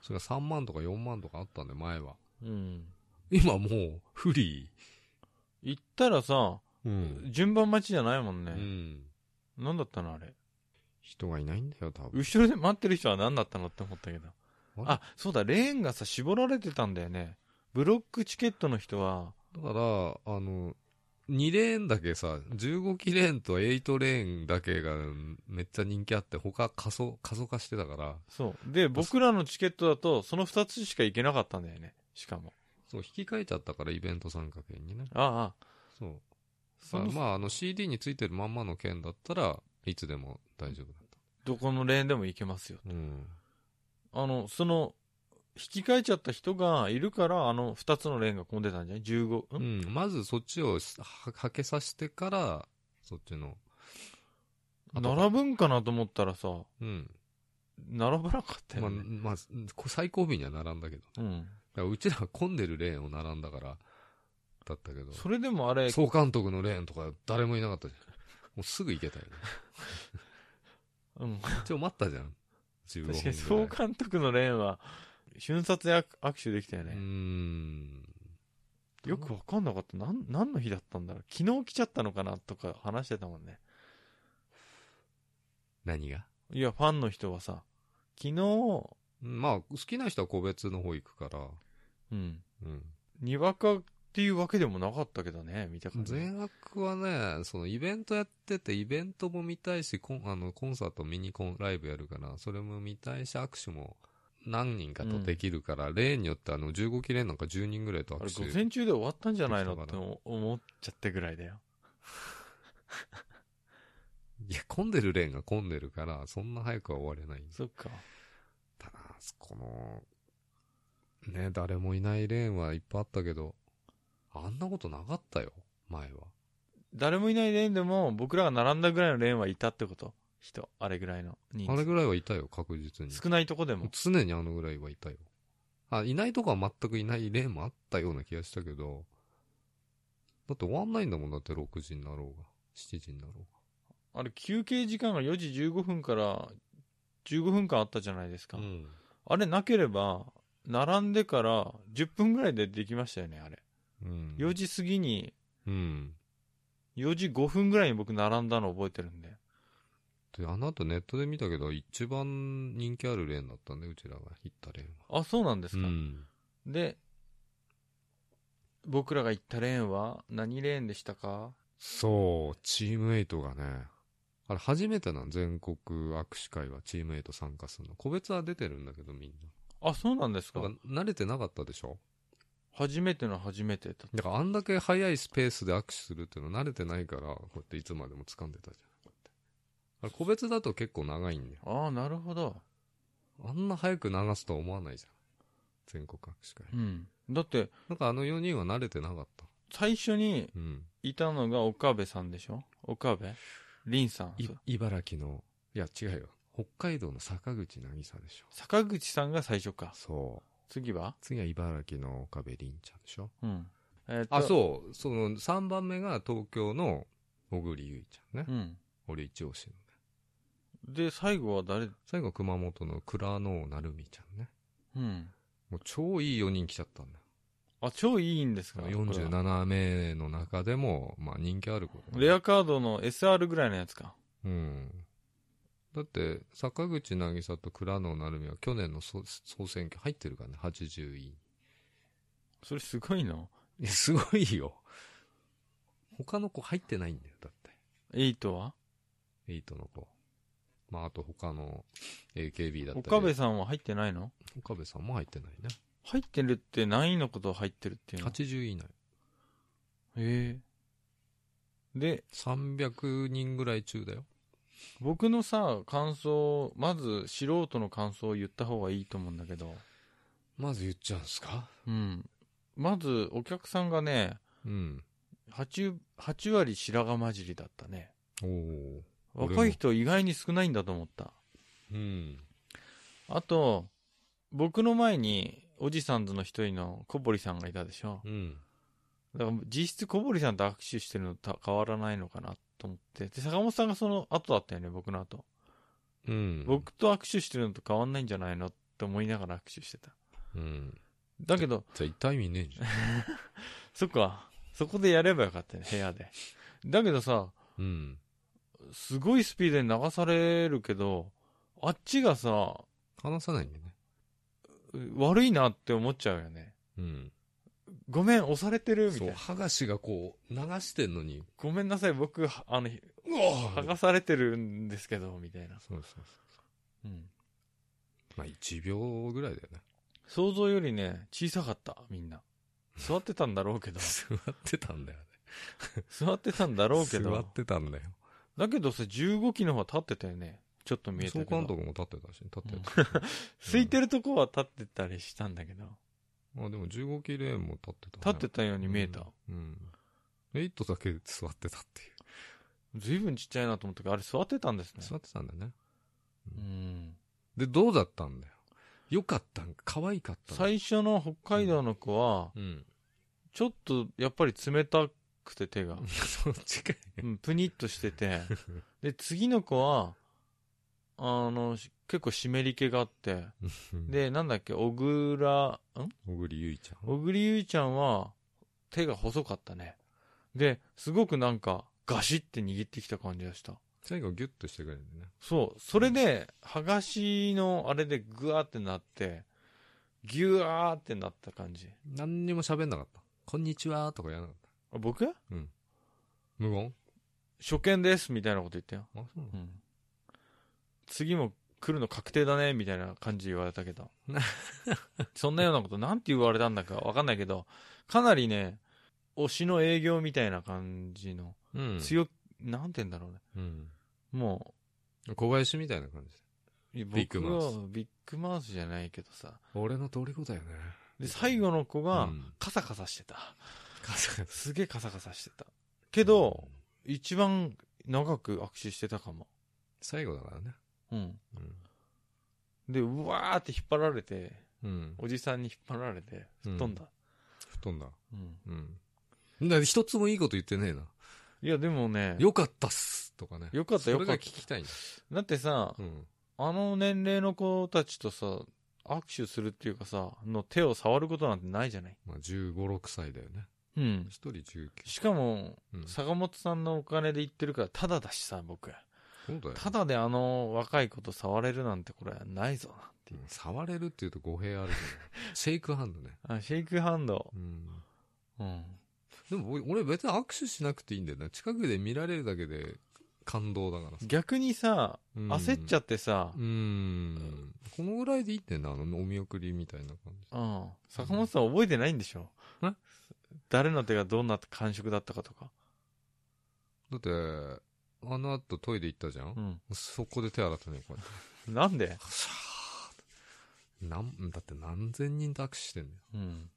[SPEAKER 2] それが3万とか4万とかあったんで、前は。
[SPEAKER 1] うん。
[SPEAKER 2] 今もう、フリ
[SPEAKER 1] 行ったらさ、
[SPEAKER 2] ー。うん。
[SPEAKER 1] 順番待ちじゃないもん
[SPEAKER 2] う
[SPEAKER 1] ね。
[SPEAKER 2] ん。
[SPEAKER 1] なんだったのあれ。
[SPEAKER 2] 人がいないんだよ、多分。
[SPEAKER 1] 後ろで待ってる人は何だったのって思ったけど。
[SPEAKER 2] あ
[SPEAKER 1] あ、そうだ、レーンがさ、絞られてたんだよね。ブロックチケットの人は、
[SPEAKER 2] だから、あの、2レーンだけさ、15機レーンと8レーンだけがめっちゃ人気あって、他過疎、過疎化してたから、
[SPEAKER 1] そう。で、僕らのチケットだと、その2つしか行けなかったんだよね。しかも。
[SPEAKER 2] そう、引き換えちゃったから、イベント参加券にね。
[SPEAKER 1] ああ、ああ
[SPEAKER 2] そう。
[SPEAKER 1] その
[SPEAKER 2] まあ、あの CD についてるまんまの券だったらいつでも大丈夫だっ
[SPEAKER 1] どこのレーンでも行けますよ。
[SPEAKER 2] た。うん。
[SPEAKER 1] あの、その、引き換えちゃった人がいるから、あの、2つのレーンが混んでたんじゃない ?15、
[SPEAKER 2] うんん、まずそっちをははけさせてから、そっちの。
[SPEAKER 1] 並ぶんかなと思ったらさ、
[SPEAKER 2] うん。
[SPEAKER 1] 並ばなかった
[SPEAKER 2] まあ、
[SPEAKER 1] よね。
[SPEAKER 2] まあ、こ最後尾には並んだけど。
[SPEAKER 1] う
[SPEAKER 2] だか
[SPEAKER 1] ん。
[SPEAKER 2] らうちらは混んでるレーンを並んだから、だったけど。
[SPEAKER 1] それでもあれ、
[SPEAKER 2] 総監督のレーンとか誰もい なかったじゃん。もうすぐ行けたよね。
[SPEAKER 1] うん、
[SPEAKER 2] 一応待ったじゃん。 15分ぐらい
[SPEAKER 1] 確かに総監督のレーンは瞬殺で握握手できたよ
[SPEAKER 2] う
[SPEAKER 1] ね
[SPEAKER 2] ー、ん。
[SPEAKER 1] よくわかんなかったなん何の日だったんだろう昨日来ちゃったのかなとか話してたもんね
[SPEAKER 2] 何が
[SPEAKER 1] いやファンの人はさ昨日、
[SPEAKER 2] うんまあ、好きな人は個別の方行くから、
[SPEAKER 1] うん、
[SPEAKER 2] うん。
[SPEAKER 1] にわかっていうわけでもなかったけどね見た感じ
[SPEAKER 2] 全額はね、そのイベントやってて、イベントも見たいし、コンあのコンサート、ミニコン、ライブやるから、それも見たいし、握手も何人かとできるから、例によってあの15期連なんか10人ぐらいと
[SPEAKER 1] あれ午
[SPEAKER 2] 握手。
[SPEAKER 1] 前中で終わったんじゃないの
[SPEAKER 2] で
[SPEAKER 1] っ
[SPEAKER 2] き
[SPEAKER 1] て
[SPEAKER 2] たかな
[SPEAKER 1] 思っちゃってぐらいだよ
[SPEAKER 2] いや、混んでるレーンが混んでるから、そんな早くは終われないんです。
[SPEAKER 1] そっか
[SPEAKER 2] ただ、この、ね、誰もいないレーンはいっぱいあったけど、あんなことなかったよ、前は。
[SPEAKER 1] 誰もいないレーンでも僕らが並んだぐらいのレーンはいたってこと人あれぐらいの人
[SPEAKER 2] あれ
[SPEAKER 1] 数
[SPEAKER 2] ぐらいはいたよ、確実に。
[SPEAKER 1] 少ないとこでも
[SPEAKER 2] 常にあのぐらいはいたよ。あ、いないとこは全くいない例もあったような気がしたけど、だって終わんないんだもん、だって6時になろうが、7時になろうが。
[SPEAKER 1] あれ休憩時間が4時15分から15分間あったじゃないですか、
[SPEAKER 2] うん。
[SPEAKER 1] あれなければ並んでから10分ぐらいでできましたよねあれ
[SPEAKER 2] うん。
[SPEAKER 1] 4時過ぎに
[SPEAKER 2] うん。
[SPEAKER 1] 4時5分ぐらいに僕並んだの覚えてるんで
[SPEAKER 2] で、あの後ネットで見たけど、一番人気あるレーンだったんで、うちらが行ったレーンは。
[SPEAKER 1] あそうなんですか、
[SPEAKER 2] うん。
[SPEAKER 1] で僕らが行ったレーンは何レーンでしたか
[SPEAKER 2] そう、チームエイトがね、あれ初めてなん、全国握手会はチームエイト参加するの。個別は出てるんだけど、みん
[SPEAKER 1] あそうなんですか
[SPEAKER 2] な。だから慣れてなかったでしょ
[SPEAKER 1] 初めての初めてだった
[SPEAKER 2] だからあんだけ早いスペースで握手するっていうの慣れてないから、こうやっていつまでも掴んでたじゃん。あれ個別だと結構長いんだよ。
[SPEAKER 1] ああなるほど
[SPEAKER 2] あんな早く流すとは思わないじゃん。全国握手会。
[SPEAKER 1] うんだって
[SPEAKER 2] なんかあの4人は慣れてなかった。
[SPEAKER 1] 最初に
[SPEAKER 2] うん。
[SPEAKER 1] いたのが岡部さんでしょ岡部凛さん
[SPEAKER 2] い茨城の、いや違うよ。北海道の坂口渚でしょ。
[SPEAKER 1] 坂口さんが最初か
[SPEAKER 2] そう。
[SPEAKER 1] 次は
[SPEAKER 2] 次は茨城の岡部凛ちゃんでしょ。
[SPEAKER 1] うんえーと
[SPEAKER 2] あ、そう。その3番目が東京の小栗ゆいちゃんね。
[SPEAKER 1] うん
[SPEAKER 2] 俺一押しのね。
[SPEAKER 1] で最後は誰
[SPEAKER 2] 最後熊本の倉野成美ちゃんね。
[SPEAKER 1] うん
[SPEAKER 2] もう超いい4人来ちゃったんだよ。
[SPEAKER 1] あ超いいんです
[SPEAKER 2] そ
[SPEAKER 1] か
[SPEAKER 2] の
[SPEAKER 1] こ
[SPEAKER 2] 47名の中でも、まあ人気ある子だね
[SPEAKER 1] れはレアカードの SR ぐらいのやつか
[SPEAKER 2] うん。だって、坂口渚と倉野成美は去年の総総選挙入ってるからね、80位。
[SPEAKER 1] それすごいの
[SPEAKER 2] いや、すごいよ。他の子入ってないんだよ、だって。
[SPEAKER 1] 8は
[SPEAKER 2] エイトの子。まあ、あと他の AKB だったり。
[SPEAKER 1] 岡部さんは入ってないの
[SPEAKER 2] 岡部さんも入ってないね。
[SPEAKER 1] 入ってるって何位のことを入ってるっていうのへ
[SPEAKER 2] 80位以内。
[SPEAKER 1] えで
[SPEAKER 2] 300人ぐらい中だよ。
[SPEAKER 1] 僕のさ感想まず素人の感想を言った方がいいと思うんだけど、
[SPEAKER 2] まず言っちゃうんすか
[SPEAKER 1] うん、まずお客さんがね
[SPEAKER 2] うん。
[SPEAKER 1] 8, 8割白髪混じりだったね
[SPEAKER 2] おお。俺も
[SPEAKER 1] 若い人意外に少ないんだと思った
[SPEAKER 2] うん。
[SPEAKER 1] あと僕の前におじさんずの一人の小堀さんがいたでしょ
[SPEAKER 2] うん。
[SPEAKER 1] だから実質小堀さんと握手してるのと変わらないのかなと思ってで坂本さんがその後だったよね僕の後、
[SPEAKER 2] うん。
[SPEAKER 1] 僕と握手してるのと変わんないんじゃないのって思いながら握手してた
[SPEAKER 2] うん。
[SPEAKER 1] だけど
[SPEAKER 2] じゃあ痛い意味ねえじゃん。
[SPEAKER 1] そっか。そこでやればよかったね、部屋で。だけどさ、
[SPEAKER 2] うん。
[SPEAKER 1] すごいスピードに流されるけど、あっちがさ、
[SPEAKER 2] 話さないんだよね。
[SPEAKER 1] 悪いなって思っちゃうよね。
[SPEAKER 2] うん。
[SPEAKER 1] ごめん、押されてるみた
[SPEAKER 2] そ、
[SPEAKER 1] いうな。
[SPEAKER 2] 剥がしがこう、流してんのに、
[SPEAKER 1] ごめんなさい、僕、はあの、
[SPEAKER 2] う
[SPEAKER 1] 剥
[SPEAKER 2] わ
[SPEAKER 1] がされてるんですけど、みたいな。
[SPEAKER 2] そうそうそう。
[SPEAKER 1] うん。
[SPEAKER 2] まあ、1秒ぐらいだよね。
[SPEAKER 1] 想像よりね、小さかった、みんな。座ってたんだろう けど、
[SPEAKER 2] 座ってたんだよね。
[SPEAKER 1] 座ってたんだろうけ
[SPEAKER 2] 座
[SPEAKER 1] ど
[SPEAKER 2] っ、てたんだよ。
[SPEAKER 1] だけどさ、15機の方は立ってたよね。ちょっと見えた
[SPEAKER 2] 総
[SPEAKER 1] けど。
[SPEAKER 2] 監督も立ってたし、立ってた。
[SPEAKER 1] 空いてるとこは立ってたりしたんだけど、
[SPEAKER 2] まあでも15キレーンも立ってた、
[SPEAKER 1] 立ってたように見えた。
[SPEAKER 2] うん。うん。エイトだけ座ってたっていう。
[SPEAKER 1] 随分ちっちゃいなと思ったけど、あれ座ってたんですね。
[SPEAKER 2] 座ってたんだよね。
[SPEAKER 1] うん。
[SPEAKER 2] で、どうだったんだよ。よかったんか、可愛かったんだ
[SPEAKER 1] 最初の北海道の子は、
[SPEAKER 2] うん。
[SPEAKER 1] ちょっとやっぱり冷たくて手が、
[SPEAKER 2] そっちかい。
[SPEAKER 1] うん、プニッとしてて、で、次の子は、あの、し結構湿り気があって、、で、なんだっけ、小倉、ん
[SPEAKER 2] 小栗ゆいちゃん。
[SPEAKER 1] 小栗ゆいちゃんは手が細かったね。で、すごくなんかガシって握ってきた感じがした。
[SPEAKER 2] 最後ギュッとしてくれるんだよね。
[SPEAKER 1] そう。それで、剥がしのあれでグワーってなって、ギュワーってなった感じ。
[SPEAKER 2] 何にも喋んなかった。こんにちはとかやらなかった。
[SPEAKER 1] あ僕
[SPEAKER 2] 無言
[SPEAKER 1] 初見ですみたいなこと言ったよ。
[SPEAKER 2] あ、そうなの
[SPEAKER 1] うん。次も来るの確定だねみたいな感じ言われたけ ど。そんなようなことなんて言われたんだかわかんないけど、かなりね、推しの営業みたいな感じの、
[SPEAKER 2] うん。
[SPEAKER 1] 強、なんて言うんだろうね。
[SPEAKER 2] うん。
[SPEAKER 1] も
[SPEAKER 2] 小林みたいな感じ。
[SPEAKER 1] う、
[SPEAKER 2] ビッグマウス
[SPEAKER 1] 僕はビッグマウスじゃないけどさ。
[SPEAKER 2] 俺の通り子だよね。
[SPEAKER 1] で、最後の子が、
[SPEAKER 2] うん
[SPEAKER 1] カサカサしてた。
[SPEAKER 2] カサカサ
[SPEAKER 1] すげえカサカサしてた。けど、、一番長く握手してたかも。
[SPEAKER 2] 最後だからね。
[SPEAKER 1] うん。
[SPEAKER 2] うん
[SPEAKER 1] で、うわーって引っ張られて、
[SPEAKER 2] うん。
[SPEAKER 1] おじさんに引っ張られて、吹っ飛んだ。
[SPEAKER 2] 吹っ飛んだ。
[SPEAKER 1] うん。
[SPEAKER 2] うん。だから一つもいいこと言ってねえな。
[SPEAKER 1] いや、でもね、
[SPEAKER 2] よかったっすとかね。
[SPEAKER 1] よかったよか
[SPEAKER 2] それが
[SPEAKER 1] っ
[SPEAKER 2] 聞きたいんだ。
[SPEAKER 1] た。だってさ、
[SPEAKER 2] うん。
[SPEAKER 1] あの年齢の子たちとさ、握手するっていうかさ、の手を触ることなんてないじゃない。
[SPEAKER 2] まあ、15、6歳だよね。
[SPEAKER 1] うん。
[SPEAKER 2] 一人19。
[SPEAKER 1] しかも、
[SPEAKER 2] うん。そ
[SPEAKER 1] 坂本さんのお金で行ってるから、ただだしさ、僕。
[SPEAKER 2] うだよ。
[SPEAKER 1] ただであの若い子と触れるなんてこれはないぞなっていう。
[SPEAKER 2] 触れるって言うと語弊ある けど。シェイクハンドね。
[SPEAKER 1] あ、シェイクハンド。
[SPEAKER 2] うん。
[SPEAKER 1] うん。
[SPEAKER 2] でも俺俺別に握手しなくていいんだよね。近くで見られるだけで感動だからさ。
[SPEAKER 1] 逆にさ、焦っちゃ
[SPEAKER 2] っ
[SPEAKER 1] ってさ、
[SPEAKER 2] うーん。このぐらいでいいってんだよな、あのお見送りみたいな感じ。
[SPEAKER 1] うん。坂本さん覚えてないんでしょ
[SPEAKER 2] え
[SPEAKER 1] 誰の手がどんな感触だったかとか。
[SPEAKER 2] だって、あの後トイレ行ったじゃん、
[SPEAKER 1] うん。
[SPEAKER 2] そこで手洗ったね、こうやって。
[SPEAKER 1] なんで
[SPEAKER 2] なん、だって何千人と握手してんだよ。
[SPEAKER 1] うん。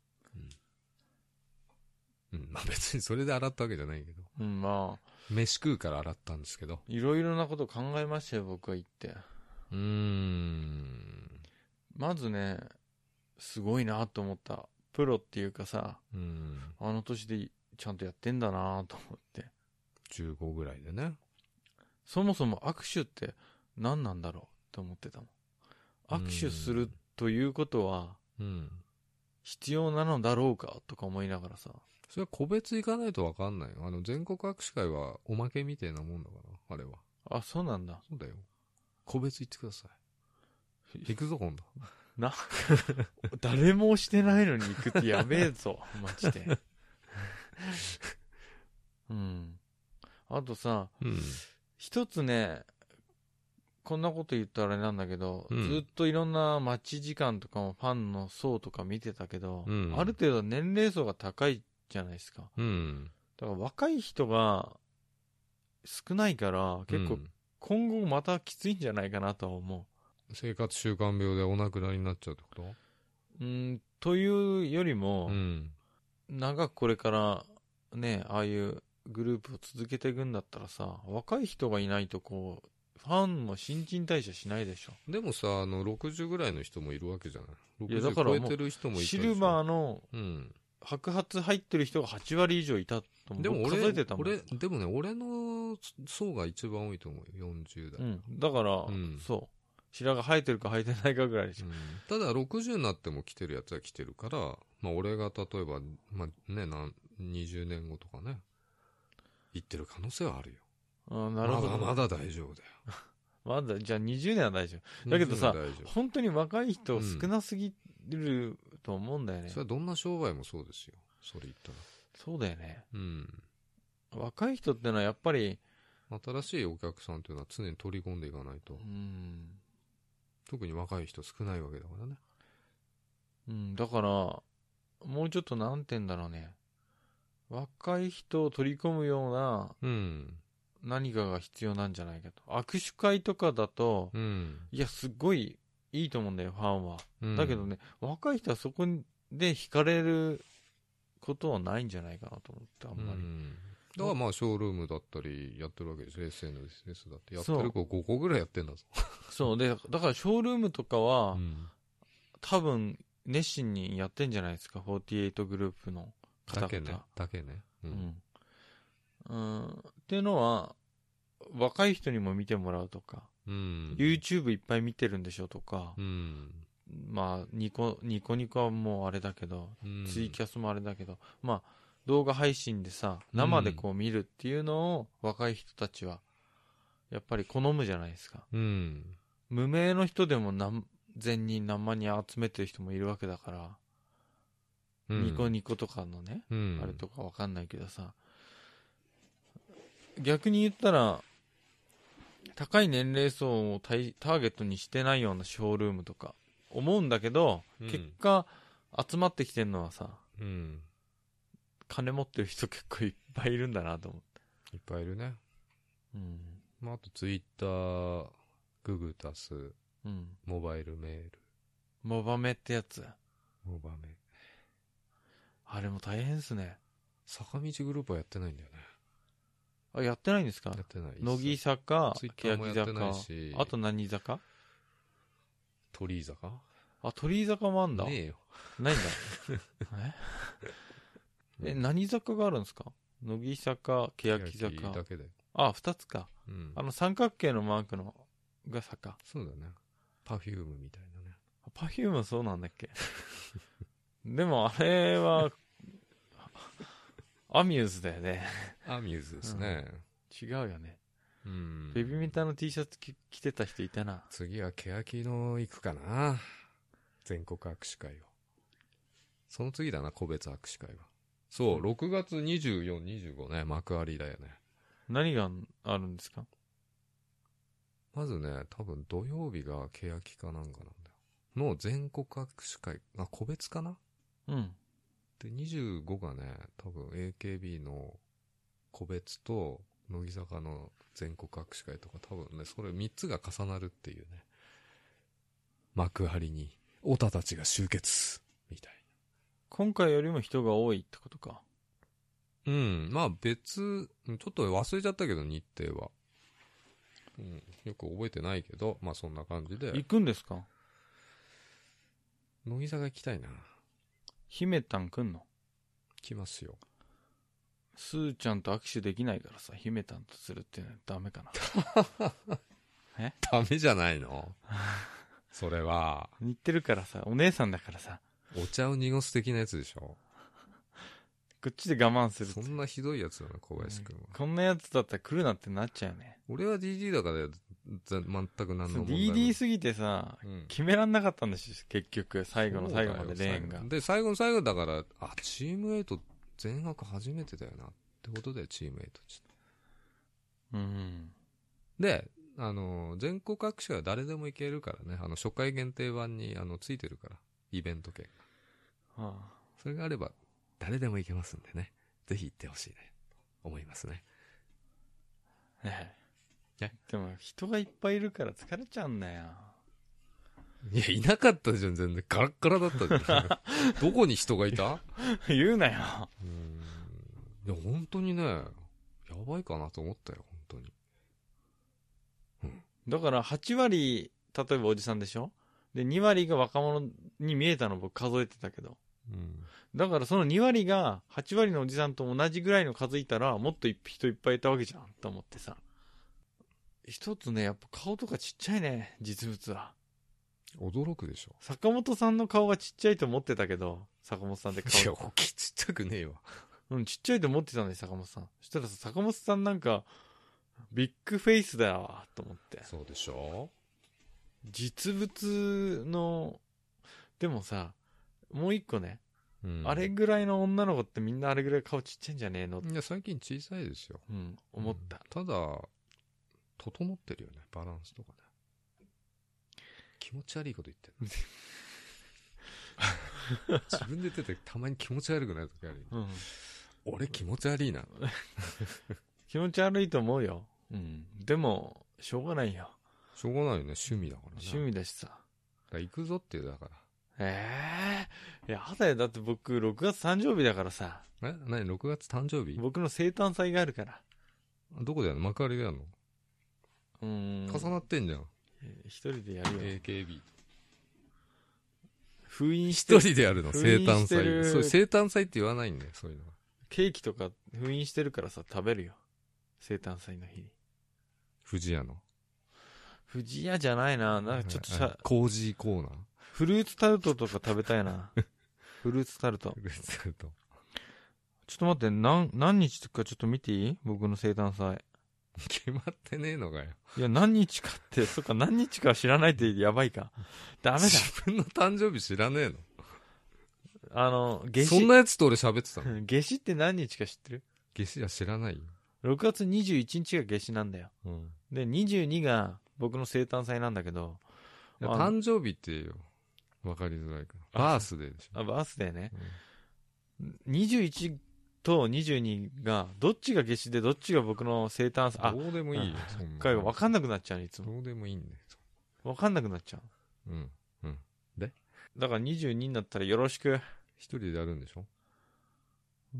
[SPEAKER 2] うん、まあ別にそれで洗ったわけじゃないけど。
[SPEAKER 1] うん、まあ、
[SPEAKER 2] 飯食うから洗ったんですけど。
[SPEAKER 1] いろいろなこと考えましたよ、僕は言って。
[SPEAKER 2] うーん。
[SPEAKER 1] まずね、すごいなと思った。プロっていうかさ、
[SPEAKER 2] うん。
[SPEAKER 1] あの年でちゃんとやってんだなと思って。
[SPEAKER 2] 15ぐらいでね。
[SPEAKER 1] そもそも握手って何なんだろうと思ってたもん。握手するということは
[SPEAKER 2] うん。
[SPEAKER 1] 必要なのだろうかとか思いながらさ。
[SPEAKER 2] それは個別行かないとわかんないよ。あの、全国握手会はおまけみたいなもんだから、あれは。
[SPEAKER 1] あ、そうなんだ。
[SPEAKER 2] そうだよ。個別行ってください。行くぞ、今度。
[SPEAKER 1] 誰もしてないのに行くってやべえ ぞ、マジで。 うん。あとさ、
[SPEAKER 2] うん。
[SPEAKER 1] 一つね、こんなこと言ったらあれなんだけど、
[SPEAKER 2] うん
[SPEAKER 1] ずっといろんな待ち時間とかもファンの層とか見てたけど、
[SPEAKER 2] うん
[SPEAKER 1] ある程度年齢層が高いじゃないですか。
[SPEAKER 2] うん。
[SPEAKER 1] だから若い人が少ないから、結構
[SPEAKER 2] うん
[SPEAKER 1] 今後またきついんじゃないかなとは思
[SPEAKER 2] 生活習慣病でお亡くなりになっちゃうってこ
[SPEAKER 1] う。うん、というより
[SPEAKER 2] と
[SPEAKER 1] も、
[SPEAKER 2] ん。
[SPEAKER 1] 長くこれからね、ああいうグループを続けていくんだったらさ、若い人がいないとこう、ファンも新陳代謝しないでしょ。
[SPEAKER 2] でもさ、あの、60ぐらいの人もいるわけじゃない
[SPEAKER 1] いや
[SPEAKER 2] ?60
[SPEAKER 1] だからも
[SPEAKER 2] 超
[SPEAKER 1] う
[SPEAKER 2] えてる人もいる
[SPEAKER 1] シルバー
[SPEAKER 2] ー。
[SPEAKER 1] の
[SPEAKER 2] うん。
[SPEAKER 1] 白髪入ってる人が8割以上いたと思う。
[SPEAKER 2] でも
[SPEAKER 1] 僕
[SPEAKER 2] 俺、
[SPEAKER 1] 数えてたもん。
[SPEAKER 2] 俺、でもね、俺の層が一番多いと思うよ。40代。
[SPEAKER 1] うん。だから、
[SPEAKER 2] ん
[SPEAKER 1] そう。白髪生えてるか生えてないかぐらいでしょ。
[SPEAKER 2] うんただ60になっても来てるやつは来てるから、まあ俺が例えば、まあね、なん20年後とかね、行ってる可能性はあるよ。
[SPEAKER 1] うん、なるほど。
[SPEAKER 2] まだまだ大丈夫だよ。
[SPEAKER 1] まだ、じゃあ20年は大丈夫。だけどさ
[SPEAKER 2] 20年大丈
[SPEAKER 1] 本当に若い人少なすぎると思うんだよ
[SPEAKER 2] 夫
[SPEAKER 1] ね。
[SPEAKER 2] それはどんな商売もそうですよ。それ言ったら。
[SPEAKER 1] そうだよね。
[SPEAKER 2] うん。
[SPEAKER 1] 若い人ってのはやっぱり、
[SPEAKER 2] 新しいお客さんというのは常に取り込んでいかないと
[SPEAKER 1] う。ん、
[SPEAKER 2] 特に若い人少ないわけだからね。
[SPEAKER 1] うん、だから、もうちょっとなんて言うんだろうね。若い人を取り込むような
[SPEAKER 2] うん。
[SPEAKER 1] 何かが必要なんじゃないかと。握手会とかだと、
[SPEAKER 2] うん。
[SPEAKER 1] いや、すっごいいいと思うんだよ、ファンは。
[SPEAKER 2] うん
[SPEAKER 1] だけど。ね、若い人はそこで惹かれることはないんじゃないかなと思って、あん
[SPEAKER 2] うん
[SPEAKER 1] まり。
[SPEAKER 2] だからまあショールームだったりやってるわけです。SNS だって。やってる子5個ぐらいやってんだぞ。
[SPEAKER 1] そう、で、だからショールームとかは、
[SPEAKER 2] うん
[SPEAKER 1] 多分熱心にやってんじゃないですか48グループの方
[SPEAKER 2] だ
[SPEAKER 1] 々
[SPEAKER 2] けね。だけね。う。
[SPEAKER 1] うんん、うん、っていうのは若い人にも見てもらうとか
[SPEAKER 2] うん。
[SPEAKER 1] YouTube いっぱい見てるんでしょとか、
[SPEAKER 2] うん。
[SPEAKER 1] まあ、ニコ、ニコニコはもうあれだけど、
[SPEAKER 2] うん
[SPEAKER 1] ツイキャスもあれだけど、まあ、動画配信でさ、生でこう見るっていうのを若い人たちは、やっぱり好むじゃないですか。
[SPEAKER 2] うん。
[SPEAKER 1] 無名の人でも何千人何万人集めてる人もいるわけだから、
[SPEAKER 2] うん
[SPEAKER 1] ニコニコとかのね、
[SPEAKER 2] うん。
[SPEAKER 1] あれとかわかんないけどさ、逆に言ったら、高い年齢層をタイターゲットにしてないようなショールームとか思うんだけど、
[SPEAKER 2] うん
[SPEAKER 1] 結果集まってきてるのはさ、
[SPEAKER 2] うん。
[SPEAKER 1] 金持ってる人結構いっぱいいるんだなと思って。
[SPEAKER 2] いっぱいいるね。
[SPEAKER 1] うん。
[SPEAKER 2] まあ、あとツイッター、ググタス、
[SPEAKER 1] うん。
[SPEAKER 2] モバイルメール、
[SPEAKER 1] モバメってやつ。
[SPEAKER 2] モバメ。
[SPEAKER 1] あれも大変っすね。
[SPEAKER 2] 坂道グループはやってないんだよね。
[SPEAKER 1] あ、やってないんですか
[SPEAKER 2] やってない。
[SPEAKER 1] 乃木坂
[SPEAKER 2] ツイッ、ターも
[SPEAKER 1] 欅
[SPEAKER 2] やってない
[SPEAKER 1] 坂、
[SPEAKER 2] し、
[SPEAKER 1] あと何坂
[SPEAKER 2] 鳥居坂
[SPEAKER 1] あ、鳥居坂もあんだ。
[SPEAKER 2] ねえよ。
[SPEAKER 1] ない んだ。ええ、何坂があるんですか乃木坂、欅
[SPEAKER 2] 欅
[SPEAKER 1] 坂
[SPEAKER 2] だ。けで。
[SPEAKER 1] あ、二つか。
[SPEAKER 2] うん
[SPEAKER 1] あ。の三角形のマークのが坂。
[SPEAKER 2] そうだね。パフュームみたいなね。
[SPEAKER 1] パフュームそうなんだっ けでもあれは、アミューズだよね。
[SPEAKER 2] アミューズですね。
[SPEAKER 1] 違うよね。
[SPEAKER 2] うん。
[SPEAKER 1] ベビメタの T シャツ着着てた人いたな。
[SPEAKER 2] 次は欅の行くかな。全国握手会を。その次だな、個別握手会は。そう、6月24、25ね、幕張だよね。
[SPEAKER 1] 何があるんですか
[SPEAKER 2] まずね、多分土曜日が欅かなんかなんだよ。の全国握手会、あ、個別かな
[SPEAKER 1] うん。
[SPEAKER 2] で、25がね、多分 AKB の個別と、乃木坂の全国握手会とか、多分ね、それ3つが重なるっていうね。幕張に、オタたちが集結、みたい
[SPEAKER 1] 今回よりも人が多いってことか。
[SPEAKER 2] な。うん、まあ別、ちょっと忘れちゃったけど、日程は。うん、よく覚えてないけど、まあそんな感じで
[SPEAKER 1] 行。くんですか
[SPEAKER 2] 乃木坂行きたいな。
[SPEAKER 1] 姫たん来んの
[SPEAKER 2] 来ますよ。
[SPEAKER 1] すーちゃんと握手できないからさ、姫たんとするってのはダメかな。
[SPEAKER 2] ダメじゃないの それは、
[SPEAKER 1] 似てるからさ、お姉さんだからさ、
[SPEAKER 2] お茶を濁す的なやつでしょ
[SPEAKER 1] こっちで我慢するって
[SPEAKER 2] そんなひどいやつだな、小林くんは。
[SPEAKER 1] こんなやつだったら来るなってなっちゃうね。
[SPEAKER 2] 俺は DD だから全全く何の問題も
[SPEAKER 1] DD すぎてさ、
[SPEAKER 2] うん
[SPEAKER 1] 決めらんなかったんですよ、結局。最後の最後までレーンが
[SPEAKER 2] そうだよ最後。で、最後の最後だから、あ、チームエイト全額初めてだよな。ってことで、チームエイトち。
[SPEAKER 1] うん。
[SPEAKER 2] で、あの、全国各社は誰でも行けるからね。あの、初回限定版に、あの、ついてるから。イベント券が。
[SPEAKER 1] は
[SPEAKER 2] それがあれば、誰でも行けますんでね。ぜひ行ってほしいね。思いますね。
[SPEAKER 1] あね
[SPEAKER 2] え
[SPEAKER 1] でも、人がいっぱいいるから疲れちゃうんだよ。
[SPEAKER 2] いや、いなかったじゃん、全然。ガラッガラだったじ ゃん。どこに人がいた
[SPEAKER 1] 言うなよ。
[SPEAKER 2] うーんいや、本当にね、やばいかなと思ったよ、本当に。
[SPEAKER 1] だから、8割、例えばおじさんでしょで、2割が若者に見えたの僕数えてたけど。
[SPEAKER 2] うん。
[SPEAKER 1] だからその2割が8割のおじさんと同じぐらいの数いたらもっとい人いっぱいいたわけじゃんと思ってさ一つねやっぱ顔とかちっちゃいね実物は
[SPEAKER 2] 驚くでしょ。
[SPEAKER 1] 坂本さんの顔がちっちゃいと思ってたけど坂本さんって
[SPEAKER 2] い
[SPEAKER 1] 顔、
[SPEAKER 2] や、大きいちっちゃくねえわ。
[SPEAKER 1] うん、ちっちゃいと思ってたのに坂本さんそしたらさ坂本さんなんかビッグフェイスだわと思って
[SPEAKER 2] そうでしょ
[SPEAKER 1] 実物のでもさもう一個ね、
[SPEAKER 2] うん
[SPEAKER 1] あれ
[SPEAKER 2] い
[SPEAKER 1] ぐらいの女の子ってみんなあれぐらい顔ちっちゃいんじゃねえの
[SPEAKER 2] や、最近小さいですよ。
[SPEAKER 1] うん思った、
[SPEAKER 2] うん。ただ、整ってるよね、バランスとかね。気持ち悪いこと言って る。自分で出てたまに気持ち悪くなる時あるよ。
[SPEAKER 1] うん
[SPEAKER 2] 俺気持ち悪いな。
[SPEAKER 1] 気持ち悪いと思うよ。うん。でも、しょうがないよ。
[SPEAKER 2] しょうがないよね、趣味だからね。
[SPEAKER 1] 趣味だしさ。
[SPEAKER 2] だから行くぞって、だから。
[SPEAKER 1] ええー。やだよ。だって僕、6月誕生日だからさ。
[SPEAKER 2] え何 ?6 月誕生日
[SPEAKER 1] 僕の生誕祭があるから。
[SPEAKER 2] どこでやるの幕張でやるの
[SPEAKER 1] うーん。
[SPEAKER 2] 重なってんじゃん。
[SPEAKER 1] 一人でやるよ。
[SPEAKER 2] AKB。
[SPEAKER 1] 封印して
[SPEAKER 2] 一
[SPEAKER 1] る、
[SPEAKER 2] 人でやるの、
[SPEAKER 1] 封
[SPEAKER 2] 生
[SPEAKER 1] 印
[SPEAKER 2] 誕
[SPEAKER 1] してる
[SPEAKER 2] 祭。そう、生誕祭って言わないんだよ、そういうのは。
[SPEAKER 1] ケーキとか封印してるからさ、食べるよ。生誕祭の日に。
[SPEAKER 2] 富士屋の。
[SPEAKER 1] 藤屋じゃないな。なんかちょっとさ、
[SPEAKER 2] 工事コーナー。
[SPEAKER 1] フルーツタルトとか食べたい な。フルーツタルト。
[SPEAKER 2] フルーツタルト。
[SPEAKER 1] ちょっと待って、何、何日かちょっと見ていい僕の生誕祭。
[SPEAKER 2] 決まってねえのかよ。
[SPEAKER 1] いや、何日かって、そっか、何日か知らないってやばいか。ダメだ。
[SPEAKER 2] 自分の誕生日知らねえの
[SPEAKER 1] あの、夏
[SPEAKER 2] そん
[SPEAKER 1] 至。
[SPEAKER 2] なやつと俺喋ってたの
[SPEAKER 1] 夏至って何日か知ってる
[SPEAKER 2] 下死は知らないよ。
[SPEAKER 1] ?6 月21日が夏至なんだよ。
[SPEAKER 2] うん。
[SPEAKER 1] で、22が僕の生誕祭なんだけど、
[SPEAKER 2] いや
[SPEAKER 1] あの
[SPEAKER 2] 誕生日って言えよ。わかりづらいから。
[SPEAKER 1] あ
[SPEAKER 2] バースデーでしょ。
[SPEAKER 1] あ、バースデーね。21と22が、どっちが夏至でどっちが僕の生誕祭、あ、
[SPEAKER 2] どうでもいいよ、そん
[SPEAKER 1] か
[SPEAKER 2] な
[SPEAKER 1] よ
[SPEAKER 2] の。
[SPEAKER 1] わかんなくなっちゃうねいつも。
[SPEAKER 2] どうでもいいんだよ。
[SPEAKER 1] わかんなくなっちゃう。
[SPEAKER 2] うん。
[SPEAKER 1] だから22になったらよろしく。
[SPEAKER 2] 一人でやるんでしょ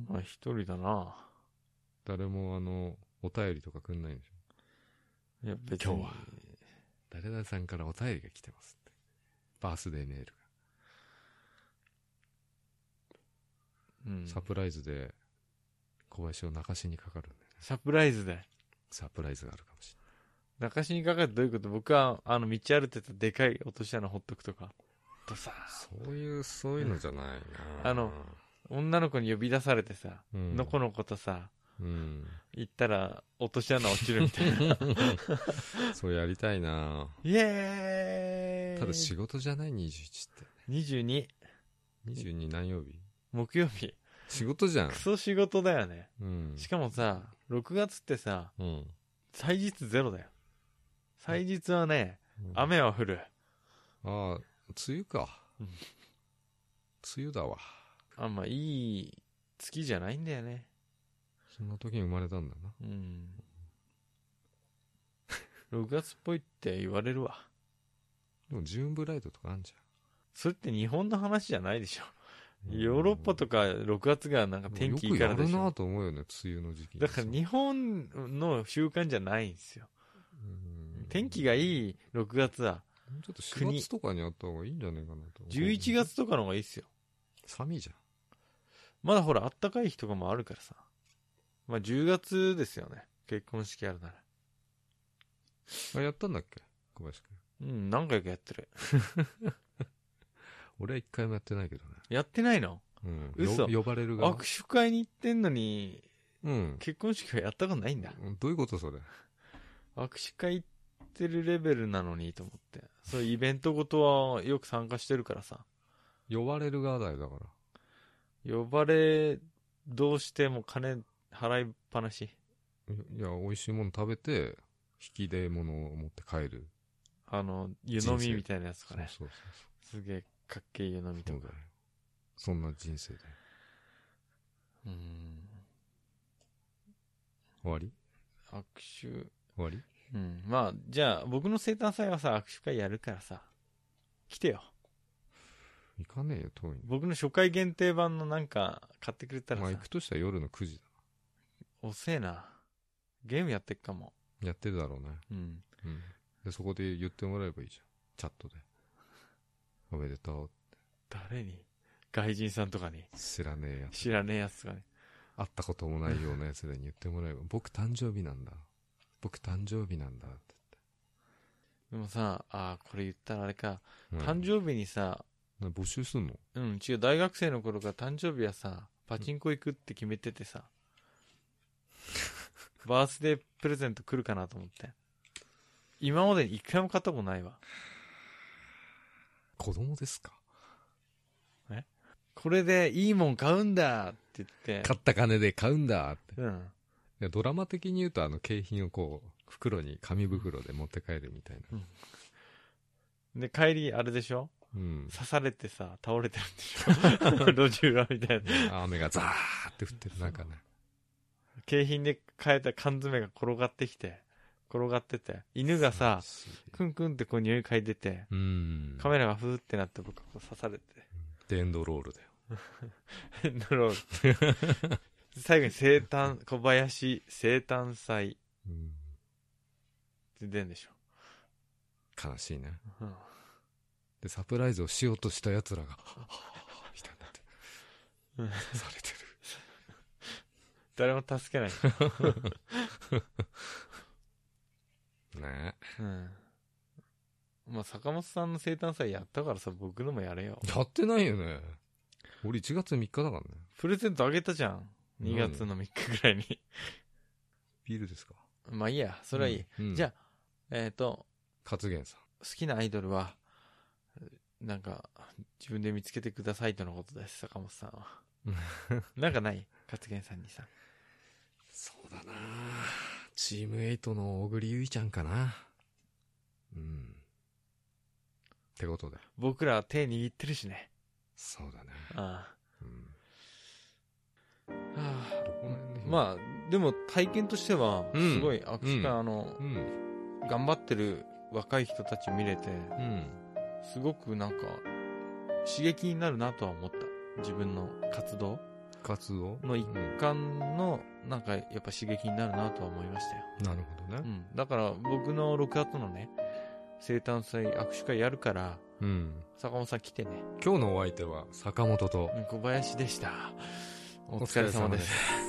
[SPEAKER 1] まあ一人だな。
[SPEAKER 2] 誰も、あの、お便りとかくんないんでしょ
[SPEAKER 1] いや、別
[SPEAKER 2] 今
[SPEAKER 1] に。
[SPEAKER 2] 日は誰々さんからお便りが来てますって。バースデーメール
[SPEAKER 1] うん
[SPEAKER 2] が。サプライズで、小林を泣かしにかかるんだよね。
[SPEAKER 1] サプライズで。
[SPEAKER 2] サプライズがあるかもし
[SPEAKER 1] 泣かしにかかってどういうこと僕は、あの、道歩いてたでかい落とし穴ほっとくとか。とさ、
[SPEAKER 2] れない。そういう、そういうのじゃないな
[SPEAKER 1] あの、女の子に呼び出されてさ、
[SPEAKER 2] うん
[SPEAKER 1] のこのことさ、
[SPEAKER 2] うん。
[SPEAKER 1] 行ったら落とし穴落ちるみたいな。
[SPEAKER 2] そうやりたいな
[SPEAKER 1] イエーイ
[SPEAKER 2] ただ仕事じゃない21って。
[SPEAKER 1] 22、
[SPEAKER 2] 22何曜日
[SPEAKER 1] 木曜日。
[SPEAKER 2] 仕事じゃん
[SPEAKER 1] ク。ソ仕事だよね。
[SPEAKER 2] うん。
[SPEAKER 1] しかもさ、6月ってさ、
[SPEAKER 2] うん。
[SPEAKER 1] 祭日ゼロだよ。祭日はね、
[SPEAKER 2] うん
[SPEAKER 1] 雨は降る。
[SPEAKER 2] ああ、梅雨か。
[SPEAKER 1] うん
[SPEAKER 2] 梅雨だわ。
[SPEAKER 1] あんまいい月じゃないんだよね。
[SPEAKER 2] そんな時に生まれたんだな。
[SPEAKER 1] うん。6月っぽいって言われるわ。
[SPEAKER 2] でもジューンブライドとかあんじ
[SPEAKER 1] それって日本の話じゃないでしょ。
[SPEAKER 2] ゃん。
[SPEAKER 1] ヨーロッパとか6月がなんか天気いいからで
[SPEAKER 2] でよく
[SPEAKER 1] し
[SPEAKER 2] やるな
[SPEAKER 1] ょ。
[SPEAKER 2] と思うよね、梅雨の時期に
[SPEAKER 1] だから日本の習慣じゃないんですよ。天気が
[SPEAKER 2] い。
[SPEAKER 1] いい6月は、
[SPEAKER 2] もうちょっと4
[SPEAKER 1] 国
[SPEAKER 2] 月とかにあった方がいいんじゃないかなと。
[SPEAKER 1] 11。月とかの方がいいですよ。
[SPEAKER 2] 寒いじゃん。
[SPEAKER 1] まだほら、あったかい日とかもあるからさ。まあ、10月ですよね。結婚式あるなら。
[SPEAKER 2] あ、やったんだっけ小林くん。
[SPEAKER 1] うん、何回かやってる。
[SPEAKER 2] 俺は一回もやってないけどね。
[SPEAKER 1] やってないの
[SPEAKER 2] うん。よ
[SPEAKER 1] 嘘
[SPEAKER 2] 呼ばれる側
[SPEAKER 1] 握。手会に行ってんのに、
[SPEAKER 2] うん。
[SPEAKER 1] 結婚式はやったことないんだ。
[SPEAKER 2] どういうことそれ。
[SPEAKER 1] 握手会行ってるレベルなのにと思って。そういうイベントごとはよく参加してるからさ。
[SPEAKER 2] 呼ばれる側だよ、だから。
[SPEAKER 1] 呼ばれ、どうしても金払いっぱなし。
[SPEAKER 2] いや、美味しいもの食べて、引き出物を持って帰る。
[SPEAKER 1] あの、湯飲みみたいなやつとかね。
[SPEAKER 2] そうそう
[SPEAKER 1] すげえかっけえ湯飲みと
[SPEAKER 2] そう。そうだ
[SPEAKER 1] か
[SPEAKER 2] よ。。そんな人生で。
[SPEAKER 1] うん。
[SPEAKER 2] 終わり
[SPEAKER 1] 握手、
[SPEAKER 2] 終わり
[SPEAKER 1] うん。まあ、じゃあ、僕の生誕祭はさ、握手会やるからさ。来てよ。
[SPEAKER 2] 行かねえよ、遠いんだ
[SPEAKER 1] 僕の初回限定版のなんか買ってくれたら
[SPEAKER 2] まあ
[SPEAKER 1] さ
[SPEAKER 2] 行、くとしたら夜の9時
[SPEAKER 1] 遅えな。ゲームやってっかも。
[SPEAKER 2] だ。やってるだろうね。
[SPEAKER 1] うん。
[SPEAKER 2] うん。で、そこで言ってもらえばいいじゃん。チャットで。おめでと
[SPEAKER 1] 誰に外人さんとかに。
[SPEAKER 2] う。知らねえやつ。
[SPEAKER 1] 知らねえやつとかに。
[SPEAKER 2] 会ったこともないようなやつでに言ってもらえば。僕誕生日なんだ。僕誕生日なんだって
[SPEAKER 1] でもさ、あーこれ言ったらあれか、
[SPEAKER 2] 言って。
[SPEAKER 1] 誕
[SPEAKER 2] 日、
[SPEAKER 1] 生日にさ、
[SPEAKER 2] な募集すんの
[SPEAKER 1] うん、違う、大学生の頃から誕生日はさ、パチンコ行くって決めててさ、バースデープレゼント来るかなと思って。今までに一回も買ったことないわ。
[SPEAKER 2] 子供ですか
[SPEAKER 1] これでいいもん買うんだって言って、
[SPEAKER 2] 買った金で買うんだって。
[SPEAKER 1] うん。
[SPEAKER 2] いや、ドラマ的に言うと、あの、景品をこう、袋に、紙袋で持って帰るみたいな。
[SPEAKER 1] で、帰り、あれでしょ
[SPEAKER 2] うん。
[SPEAKER 1] 刺されてさ、倒れてるんでし ょ路地裏みたいな。
[SPEAKER 2] 雨がザーって降ってる中ね。
[SPEAKER 1] 景品で買えた缶詰が転がってきて、転がってて、犬がさ、クンクンってこう匂い嗅いでて、
[SPEAKER 2] うん。
[SPEAKER 1] カメラがふーってなって僕はこう刺され
[SPEAKER 2] でエンドロールだよ。
[SPEAKER 1] て、 なるほど最後に生誕、小林生誕祭って
[SPEAKER 2] うん。
[SPEAKER 1] 出るんでしょ。
[SPEAKER 2] 悲しいね。
[SPEAKER 1] うん
[SPEAKER 2] で、サプライズをしようとした奴らが、はぁはぁはぁみたいになって。
[SPEAKER 1] うん
[SPEAKER 2] 刺されてる。
[SPEAKER 1] 誰も助けない。
[SPEAKER 2] ね
[SPEAKER 1] うんまあ、坂本さんの生誕祭やったからさ、僕のもやれよ。
[SPEAKER 2] やってないよね。俺1月3日だからね。
[SPEAKER 1] プレゼントあげたじゃん。2月の3日ぐらいに。
[SPEAKER 2] ビールですか
[SPEAKER 1] まあいいや、それはいい。。
[SPEAKER 2] うん
[SPEAKER 1] じゃあ、えっ、と、
[SPEAKER 2] 勝元さん。
[SPEAKER 1] 好きなアイドルは、なんか、自分で見つけてくださいとのことです、坂本 さんは。なんかない勝元さんにさ。
[SPEAKER 2] そうだなチームエイトの小栗ゆいちゃんかな。うん。ってことで。
[SPEAKER 1] 僕らは手握ってるしね。
[SPEAKER 2] そうだね。
[SPEAKER 1] あ
[SPEAKER 2] うん。
[SPEAKER 1] あ。は
[SPEAKER 2] どこら辺で
[SPEAKER 1] あまあ、でも体験としては、
[SPEAKER 2] うん
[SPEAKER 1] すごい、あ、期間あの、
[SPEAKER 2] うん。
[SPEAKER 1] 頑張ってる若い人たち見れて、
[SPEAKER 2] うん。
[SPEAKER 1] すごくなんか、刺激になるなとは思った。自分の活動
[SPEAKER 2] 活動
[SPEAKER 1] の一
[SPEAKER 2] うん
[SPEAKER 1] 環の、なんか、やっぱ刺激になるなとは思いましたよ。
[SPEAKER 2] なるほど
[SPEAKER 1] う
[SPEAKER 2] ね。
[SPEAKER 1] ん。だから、僕の6月のね、生誕祭握手会やるから、
[SPEAKER 2] うん。
[SPEAKER 1] 坂本さん来てね。
[SPEAKER 2] 今日のお相手は坂本と
[SPEAKER 1] うん小林でした。お疲れ様です。
[SPEAKER 2] す。